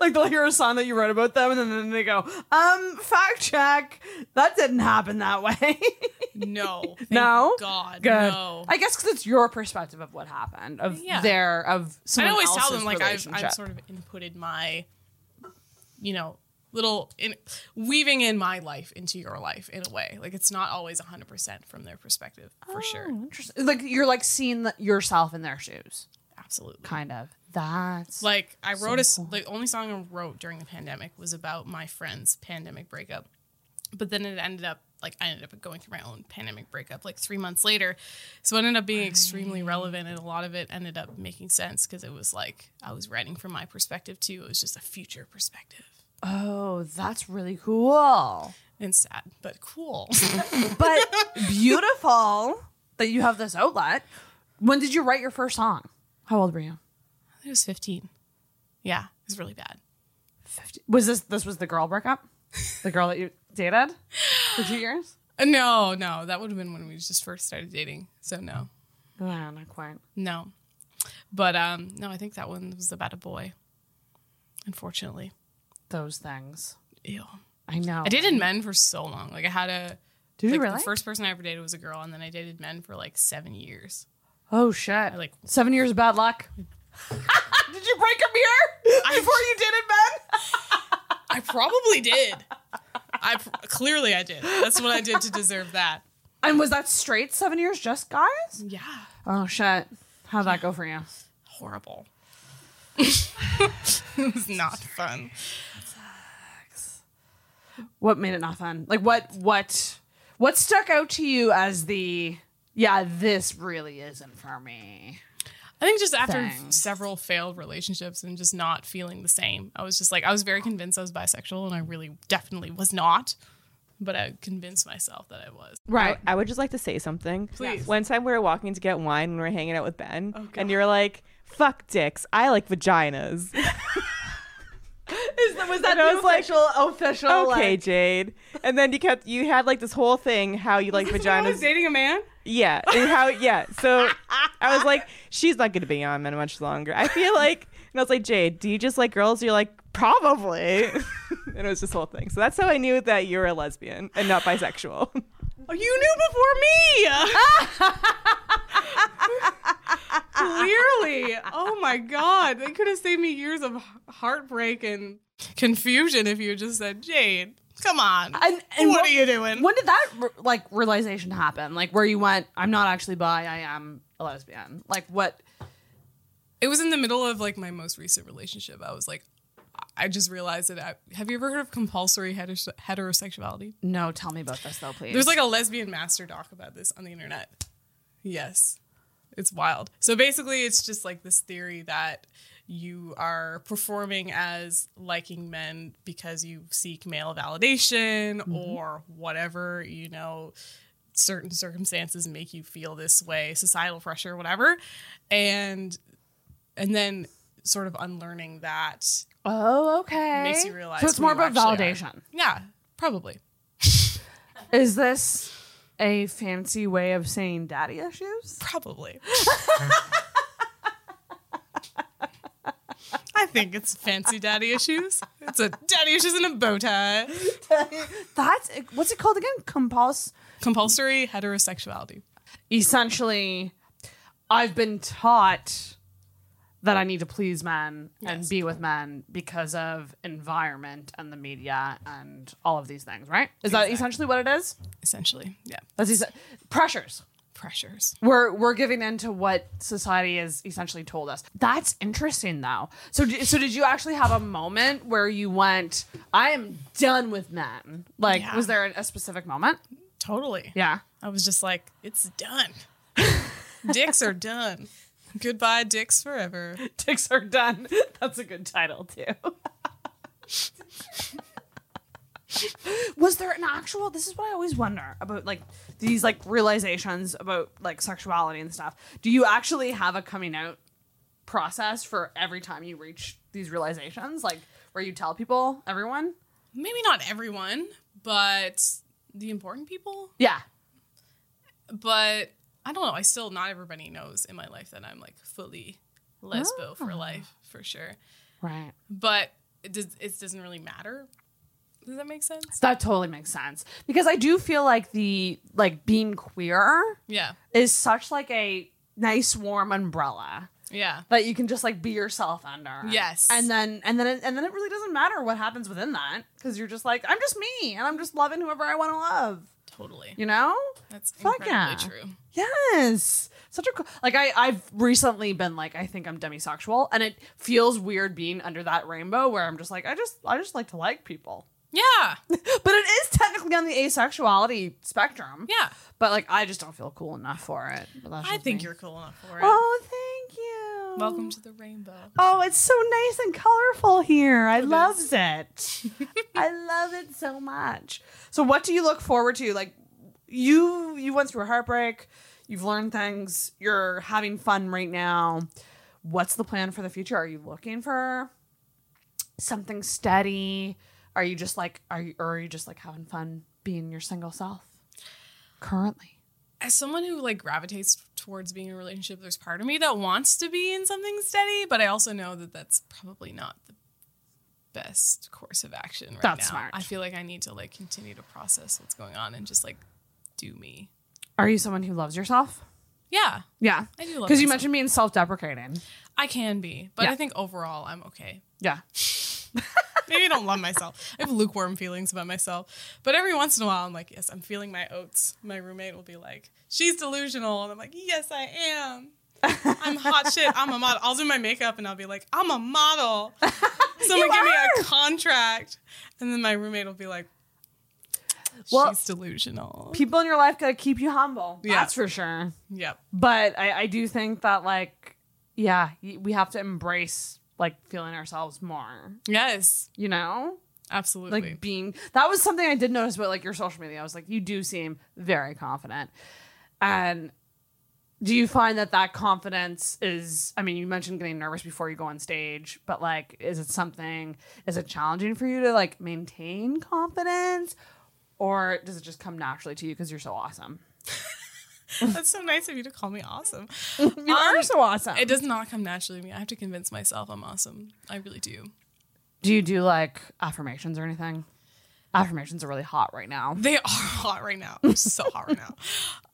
like they'll hear a song that you wrote about them and then they go, "Um, fact check. That didn't happen that way." No. Thank No? God. Good. No. I guess because it's your perspective of what happened, of Yeah. their, of I someone always tell else's them like I've, relationship. I've sort of inputted my, you know, little in, weaving in my life into your life in a way. Like it's not always hundred percent from their perspective for sure. Interesting. Like you're like seeing the, yourself in their shoes, Absolutely. kind of. That's Like I wrote a s the only song I wrote during the pandemic was about my friend's pandemic breakup, but then it ended up like I ended up going through my own pandemic breakup like three months later, so it ended up being extremely relevant, and a lot of it ended up making sense because it was like I was writing from my perspective too. It was just a future perspective. oh, that's really cool, and sad, but cool. but beautiful that you have this outlet. When did you write your first song? How old were you? it was 15. Yeah, it was really bad. Was this this was the girl breakup? The girl that you dated for two years? Uh, No, no, that would have been when we just first started dating. So no, No, not quite. no. But um, no, I think that one was about a boy. Unfortunately, Those things. ew. I know. I dated men for so long. Like I had a. Did like, you really? The first person I ever dated was a girl, and then I dated men for like seven years. Oh shit! like- seven years of bad luck. Did you break a mirror before you did it, Ben? I probably did. I pr- clearly I did. That's what I did to deserve that. And was that straight seven years, just guys? Yeah, Oh shit! How'd that go for you? horrible. it was not fun. What made it not fun? Like what? What? What stuck out to you as the? Yeah, this really isn't for me. I think just after thing. several failed relationships and just not feeling the same, I was just like, I was very convinced I was bisexual, and I really definitely was not. But I convinced myself that I was. Right. I would just like to say something. Please. One time we were walking to get wine and we are hanging out with Ben, and you were like, fuck dicks. I like vaginas. was that I was like, official? okay, Jade. And then you kept, you had like this whole thing how you like vaginas. dating a man. Yeah, and how? Yeah. So I was like, she's not going to be on men much longer. I feel like, and I was like, Jade, do you just like girls? You're like, probably. and it was this whole thing. So that's how I knew that you were a lesbian and not bisexual. Oh, you knew before me. Oh my god, they could have saved me years of heartbreak and confusion if you had just said, Jade, come on, And, and what, what- are you doing? When did that re- like realization happen? Like where you went, I'm not actually bi, I am a lesbian. Like what? It was in the middle of like my most recent relationship. I was like, I just realized that. I, have you ever heard of compulsory heteros- heterosexuality? No, tell me about this though, please. There's like a lesbian master doc about this on the internet. Yes. It's wild. So basically, it's just like this theory that you are performing as liking men because you seek male validation or whatever, you know, certain circumstances make you feel this way, societal pressure, whatever. And and then sort of unlearning that oh, okay. makes you realize So it's who more you about actually are. validation. Yeah, probably. Is this a fancy way of saying daddy issues? Probably. I think it's fancy daddy issues. It's a daddy issues in a bow tie. That's what's it called again? Compuls. Compulsory heterosexuality. Essentially, I've been taught that I need to please men and Yes. be with men because of environment and the media and all of these things, right? Is that essentially what it is? Essentially. Yeah. That's es- pressures. Pressures. We're we're giving in to what society has essentially told us. That's interesting, though. So d- so did you actually have a moment where you went, "I am done with men"? Like, Yeah. was there a specific moment? Totally. Yeah. I was just like, it's done. dicks are done. Goodbye, dicks forever. Dicks are done. That's a good title too. Was there an actual? This is what I always wonder about, like these like realizations about like sexuality and stuff. Do you actually have a coming out process for every time you reach these realizations, like where you tell people, everyone? Maybe not everyone, but the important people. Yeah, But I don't know. I still, not everybody knows in my life that I'm like fully lesbo for life, for sure. right. but it, does, it doesn't really matter. Does that make sense? That totally makes sense because I do feel like the like being queer Yeah, is such like a nice warm umbrella yeah, that you can just like be yourself under. Yes. And then and then it, and then it really doesn't matter what happens within that because you're just like I'm just me and I'm just loving whoever I want to love. totally. You know? That's Fuck incredibly yeah. true. Yes. Such a cool, like I I've recently been like I think I'm demisexual and it feels weird being under that rainbow where I'm just like I just I just like to like people. Yeah, But it is technically on the asexuality spectrum. yeah. But like I just don't feel cool enough for it. But that's I just think me. you're cool enough for it. Oh, thank you. Welcome to the rainbow. Oh, it's so nice and colorful here. I love is. it. I love it so much. So what do you look forward to? Like you you went through a heartbreak, you've learned things, you're having fun right now. What's the plan for the future? Are you looking for something steady? Are you just like are you or are you just like having fun being your single self currently? As someone who like gravitates towards being in a relationship, there's part of me that wants to be in something steady, but I also know that that's probably not the best course of action right That's now. smart. I feel like I need to like continue to process what's going on and just like do me. Are you someone who loves yourself? Yeah, Yeah. I do love Because you myself. mentioned being self-deprecating. I can be, but Yeah. I think overall I'm okay. Yeah. Maybe I don't love myself. I have lukewarm feelings about myself. But every once in a while, I'm like, yes, I'm feeling my oats. My roommate will be like, she's delusional. And I'm like, yes, I am. I'm hot shit. I'm a model. I'll do my makeup and I'll be like, I'm a model. Someone give me a contract. And then my roommate will be like, she's Well- delusional. people in your life gotta keep you humble. Yeah. That's for sure. Yep. But I, I do think that like, yeah, y- we have to embrace like feeling ourselves more. Yes, You know, absolutely. like being. That was something I did notice about like your social media. I was like, you do seem very confident, and. Do you find that that confidence is? I mean, you mentioned getting nervous before you go on stage, but like, is it something? Is it challenging for you to like maintain confidence, or does it just come naturally to you because you're so awesome? That's so nice of you to call me awesome. You are Um, so awesome. It does not come naturally to me. I have to convince myself I'm awesome. I really do. Do you do like affirmations or anything? Affirmations are really hot right now. They are hot right now. I'm so hot right now.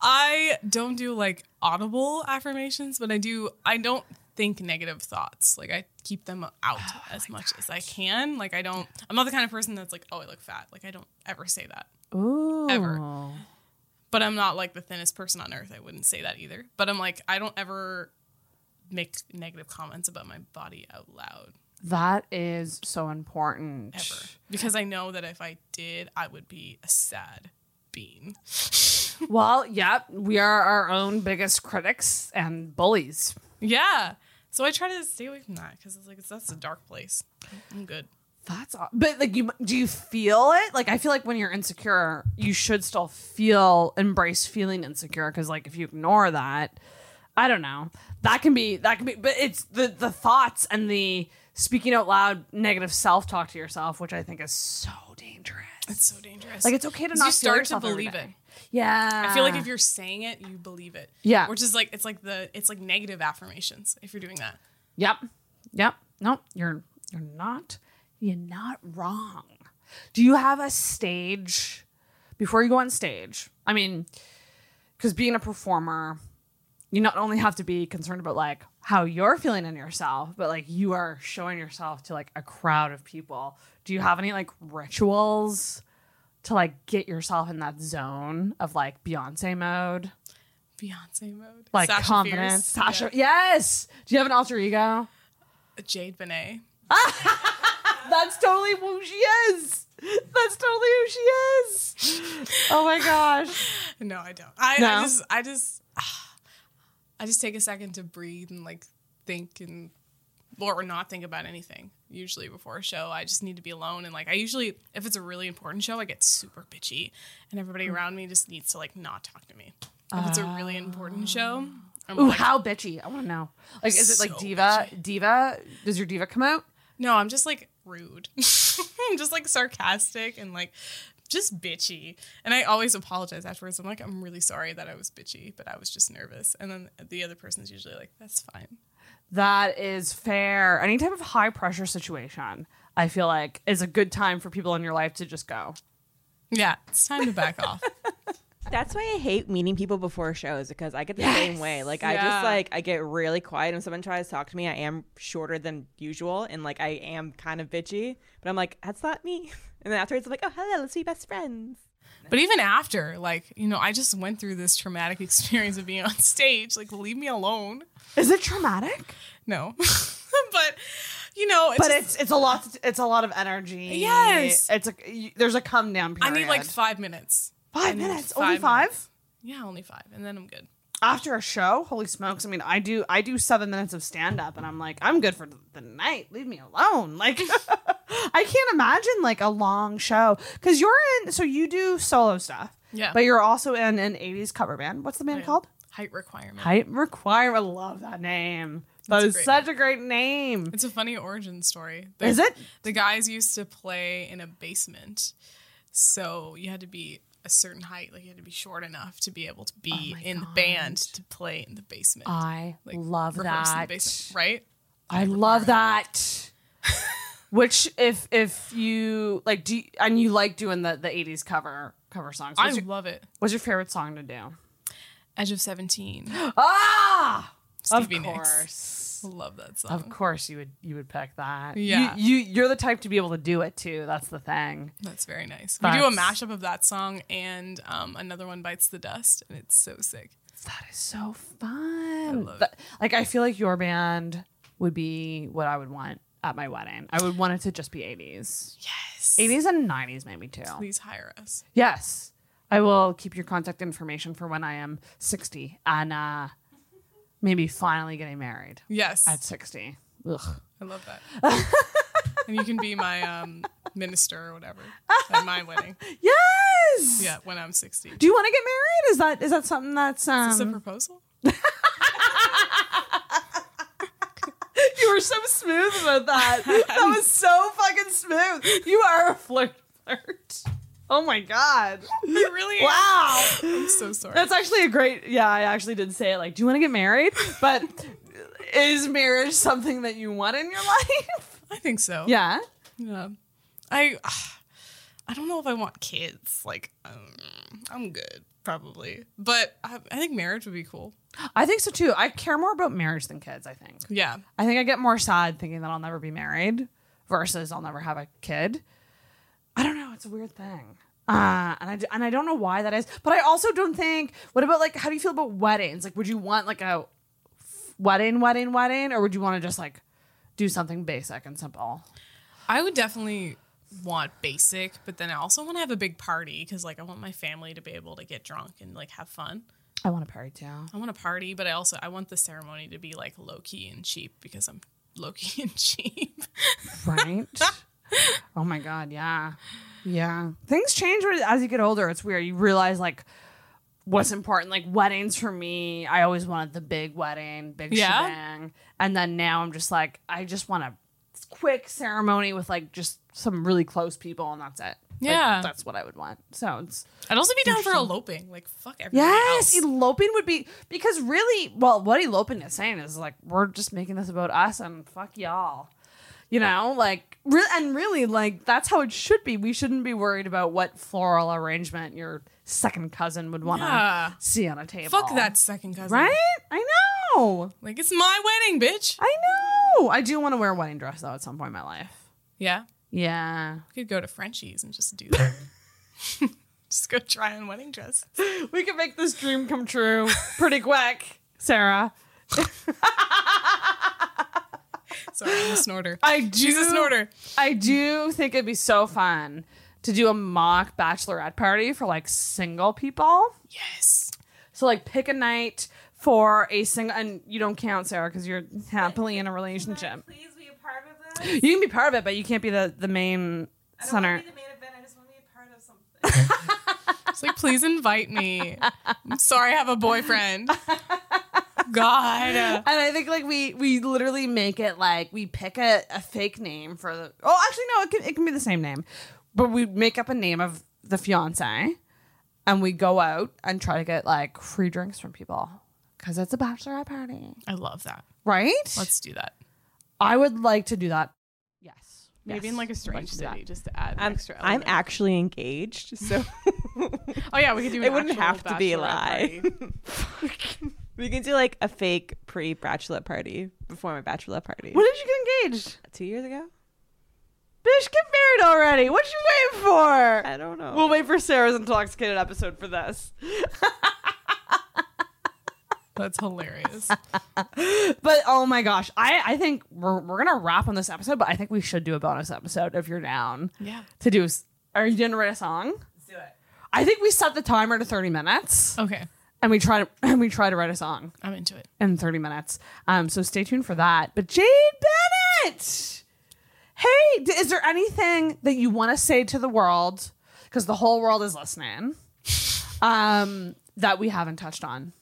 I don't do like audible affirmations, but I do I don't think negative thoughts. Like I keep them out as much as I can. Like I don't. I'm not the kind of person that's like, oh, I look fat. Like I don't ever say that. Ooh. Ever. But I'm not like the thinnest person on earth. I wouldn't say that either. But I'm like, I don't ever make negative comments about my body out loud That is so important. ever because I know that if I did, I would be a sad bean. Well, yep, we are our own biggest critics and bullies. Yeah. So I try to stay away from that because it's like it's, that's a dark place. I'm good. That's aw- but like you do you feel it? Like I feel like when you're insecure, you should still feel embrace feeling insecure because like if you ignore that, I don't know. That can be that can be but it's the the thoughts and the speaking out loud negative self-talk to yourself, which I think is so dangerous. It's so dangerous. Like it's okay to 'Cause not feel you start to yourself every believe day. it. Yeah. I feel like if you're saying it, you believe it. Yeah. Which is like it's like the it's like negative affirmations if you're doing that. Yep. Yep. Nope. You're you're not you're not wrong. Do you have a stage before you go on stage? I mean, because being a performer, you not only have to be concerned about like how you're feeling in yourself, but like you are showing yourself to like a crowd of people. Do you have any like rituals to like get yourself in that zone of like Beyonce mode? Beyonce mode. Like Sasha confidence. Fierce. Yeah. Sasha. Yes. Do you have an alter ego? Jade Benet. That's totally who she is. That's totally who she is. Oh my gosh. No, I don't. I, No? I just I just I just take a second to breathe and like think and or not think about anything. Usually before a show, I just need to be alone and like I usually if it's a really important show, I get super bitchy and everybody around me just needs to like not talk to me. If it's a really important show, I'm Ooh, like how bitchy. I want to know. Like, is it like So diva? Diva? Does your diva come out? No, I'm just like rude. I'm just like sarcastic and like just bitchy. And I always apologize afterwards. I'm like, I'm really sorry that I was bitchy, but I was just nervous. And then the other person's usually like, that's fine. That is fair. Any type of high pressure situation, I feel like, is a good time for people in your life to just go. Yeah, it's time to back off. That's why I hate meeting people before shows because I get the same way. Like I Yeah. just like I get really quiet when someone tries to talk to me. I am shorter than usual and like I am kind of bitchy, but I'm like that's not me. And then afterwards I'm like, oh hello, let's be best friends. But even after, like, you know, I just went through this traumatic experience of being on stage. Like, leave me alone. Is it traumatic? No. but, you know, it's But just- it's it's a lot. It's a lot of energy. Yes. It's a you- there's a come down I period. need like five minutes. I five need minutes. Only five. minutes. Yeah, only five. And then I'm good. after a show, holy smokes! I mean, I do I do seven minutes of stand up, and I'm like, I'm good for th- the night. Leave me alone. Like, I can't imagine like a long show because you're in. So you do solo stuff, Yeah. but you're also in an '80s cover band. What's the band called? Height requirement. Height Requirement. I love that name. That That's a is great such a great name. It's a funny origin story. The- Is it? The guys used to play in a basement, so you had to be a certain height, like you had to be short enough to be able to be Oh in the band to play in the basement. I like, love rehearse in the that. basement, right? I love that. Which if if you like do you, and you like doing the the 80s cover cover songs. I What's your, love it. what's your favorite song to do? Edge of Seventeen. Ah, Stevie of Nicks. course, Love that song. of course, you would you would pick that. You- Yeah. you, you are the type to be able to do it too. That's the thing. That's very nice. We do a That's- mashup of that song and um, another one bites the dust, and it's so sick. That is so fun. love That- like I feel like your band would be what I would want at my wedding. I would want it to just be eighties. Yes, eighties and nineties maybe too. Please hire us. Yes, I will keep your contact information for when I am sixty and uh, maybe finally getting married Yes, at sixty. Ugh. I love that. and you can be my um, minister or whatever at my wedding. Yes. Yeah, when I'm 60. Do you want to get married? Is that is that something that's um? Is this a proposal? you were so smooth about that. That was so fucking smooth. You are a flirt flirt. Oh my god! You really? Wow, I'm so sorry. that's actually a great. Yeah, I actually did say it. Like, do you want to get married? But is marriage something that you want in your life? I think so. Yeah. Yeah. I I don't know if I want kids. Like um, I'm good. probably. But I, I think marriage would be cool. I think so too. I care more about marriage than kids, I think. Yeah. I think I get more sad thinking that I'll never be married versus I'll never have a kid. I don't know. It's a weird thing. Uh, and I d- and I don't know why that is, but I also don't think. What about like how do you feel about weddings? Like, would you want like a f- wedding, wedding, wedding, or would you want to just like do something basic and simple? I would definitely want basic, but then I also want to have a big party because like I want my family to be able to get drunk and like have fun. I want a party too. I want a party, but I also I want the ceremony to be like low key and cheap because I'm low key and cheap. Right? oh my god, yeah. Yeah. Things change when- as you get older. It's weird. You realize like what's important. Like weddings for me, I always wanted the big wedding, big Yeah? shebang. And then now I'm just like I just want a quick ceremony with like just some really close people and that's it. Like, Yeah. that's what I would want. So it's I'd also be down for eloping. Like fuck everybody Yes, else. eloping would be because really, well, what eloping is saying is like we're just making this about us and fuck y'all, you know, like re- and really like that's how it should be. We shouldn't be worried about what floral arrangement your second cousin would want to Yeah. see on a table. Fuck that second cousin. right? I know, Like it's my wedding, bitch. I know. I do want to wear a wedding dress though at some point in my life. Yeah. Yeah, We could go to Frenchie's and just do that. just go try on wedding dress. we can make this dream come true pretty quick, Sarah. Sorry, I'm a snorter. I do. She's a snorter. I do think it'd be so fun to do a mock bachelorette party for like single people. Yes. So like pick a night for a single, and you don't count Sarah because you're happily in a relationship. Please be a part of this. You can be part of it, but you can't be the the main I don't center. want to be the main event. I just want to be a part of something. It's like, please invite me. I'm sorry I have a boyfriend. God. And I think like we we literally make it like we pick a, a fake name for the oh actually no it can it can be the same name, but we make up a name of the fiance, and we go out and try to get like free drinks from people because it's a bachelorette party, I love that. right? Let's do that. I would like to do that. Yes, Maybe Yes. in like a strange do that. city, just to add an I'm, extra. I'm element. actually engaged, so Oh yeah, we could do. An it wouldn't actual have to be a bachelorette lie. party. we can do like a fake pre bachelorette party before my bachelorette party. When did you get engaged? Two years ago? Bitch, get married already. What you waiting for? I don't know. We'll wait for Sarah's intoxicated episode for this. That's hilarious. But oh my gosh, I, I think we're, we're gonna wrap on this episode, but I think we should do a bonus episode if you're down Yeah. to do. s- Are you gonna write a song? Let's do it. I think we set the timer to 30 minutes, Okay. and we try to and we try to write a song I'm into it. in 30 minutes. Um, so stay tuned for that. But Jade Bennett, hey, d- is there anything that you want to say to the world? Because the whole world is listening. Um, that we haven't touched on.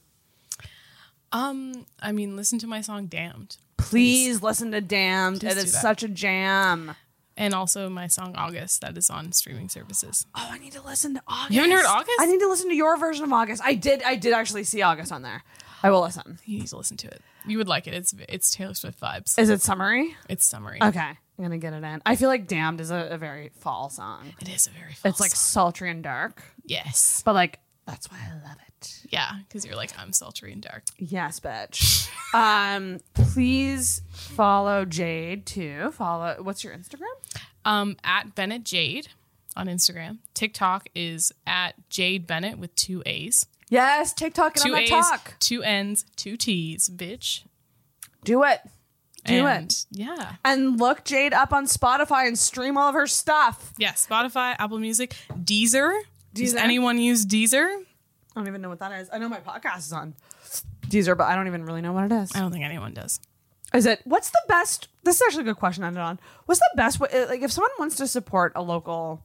Um, I mean, listen to my song Damned. Please listen to Damned. Please it do is that. such a jam. And also my song August that is on streaming services. Oh, I need to listen to August. haven't heard August? I need to listen to your version of August. I did. I did actually see August on there. I will listen. You need to listen to it. You would like it. It's it's Taylor Swift vibes. Is it summary? It's summery. Okay, I'm gonna get it in. I feel like "Damned" is a, a very fall song. It is a very false. It's like sultry and dark, yes. but like that's why I love it. Yeah, because you're like I'm sultry and dark. Yes, bitch. um, please follow Jade too. Follow. What's your Instagram? Um, at Bennett Jade on Instagram. TikTok is at Jade Bennett with two A's. Yes, TikTok and Two on A's, that talk. two N's, two T's, bitch. Do it. Do and it. Yeah. And look Jade up on Spotify and stream all of her stuff. Yeah. Spotify, Apple Music, Deezer. Does Deezer? anyone use Deezer? I don't even know what that is. I know my podcast is on Deezer, but I don't even really know what it is. I don't think anyone does. Is it what's the best? This is actually a good question. to End it on. What's the best way? Like, if someone wants to support a local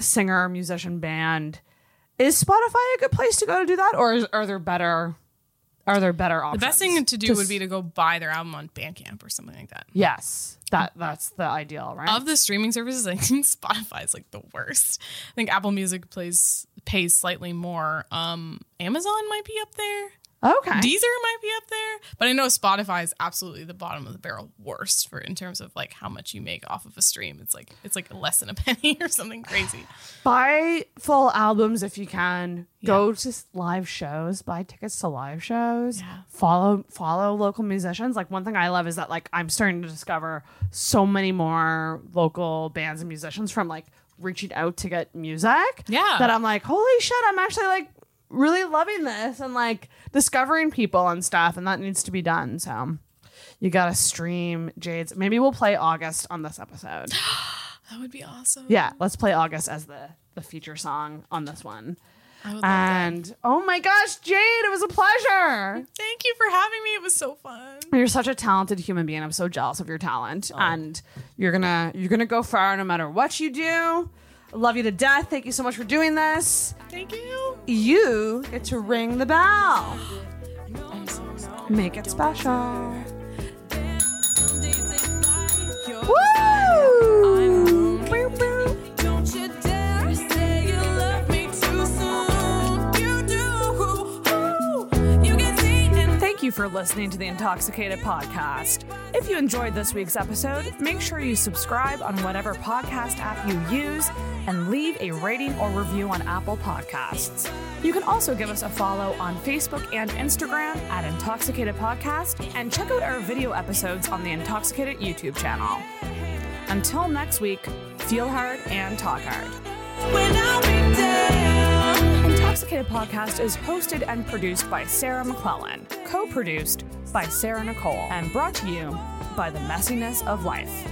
singer, musician, band, is Spotify a good place to go to do that, or is, are there better? Are there better The options? best thing to do Just- would be to go buy their album on Bandcamp or something like that. yes, that that's the ideal, right? Of the streaming services, I think Spotify is like the worst. I think Apple Music plays pays slightly more. Um, Amazon might be up there. Okay. Deezer might be up there, but I know Spotify is absolutely the bottom of the barrel worst for in terms of like how much you make off of a stream. It's like it's like less than a penny or something crazy. buy full albums if you can. Go to s- live shows. Buy tickets to live shows. Follow follow local musicians. Like one thing I love is that like I'm starting to discover so many more local bands and musicians from like reaching out to get music. Yeah. That I'm like, holy shit, I'm actually like really loving this and like discovering people and stuff and that needs to be done. So you gotta stream Jade's. Maybe we'll play August on this episode. That would be awesome. Yeah, let's play August as the the feature song on this one. I would love that. And oh my gosh, Jade, it was a pleasure. Thank you for having me. It was so fun. You're such a talented human being. I'm so jealous of your talent, Oh. and you're gonna you're gonna go far no matter what you do. Love you to death. Thank you so much for doing this. Thank you. You get to ring the bell. Make it special. Woo! Boom, boom. Don't you dare say you love me too soon. You do. You can see and Thank you for listening to the Intoxicated Podcast. If you enjoyed this week's episode, make sure you subscribe on whatever podcast app you use and leave a rating or review on Apple Podcasts. You can also give us a follow on Facebook and Instagram at Intoxicated Podcast and check out our video episodes on the Intoxicated YouTube channel. Until next week, feel hard and talk hard. when I break down. Intoxicated Podcast is hosted and produced by Sarah McClellan, co produced by Sarah Nicole, and brought to you by The Messiness of Life.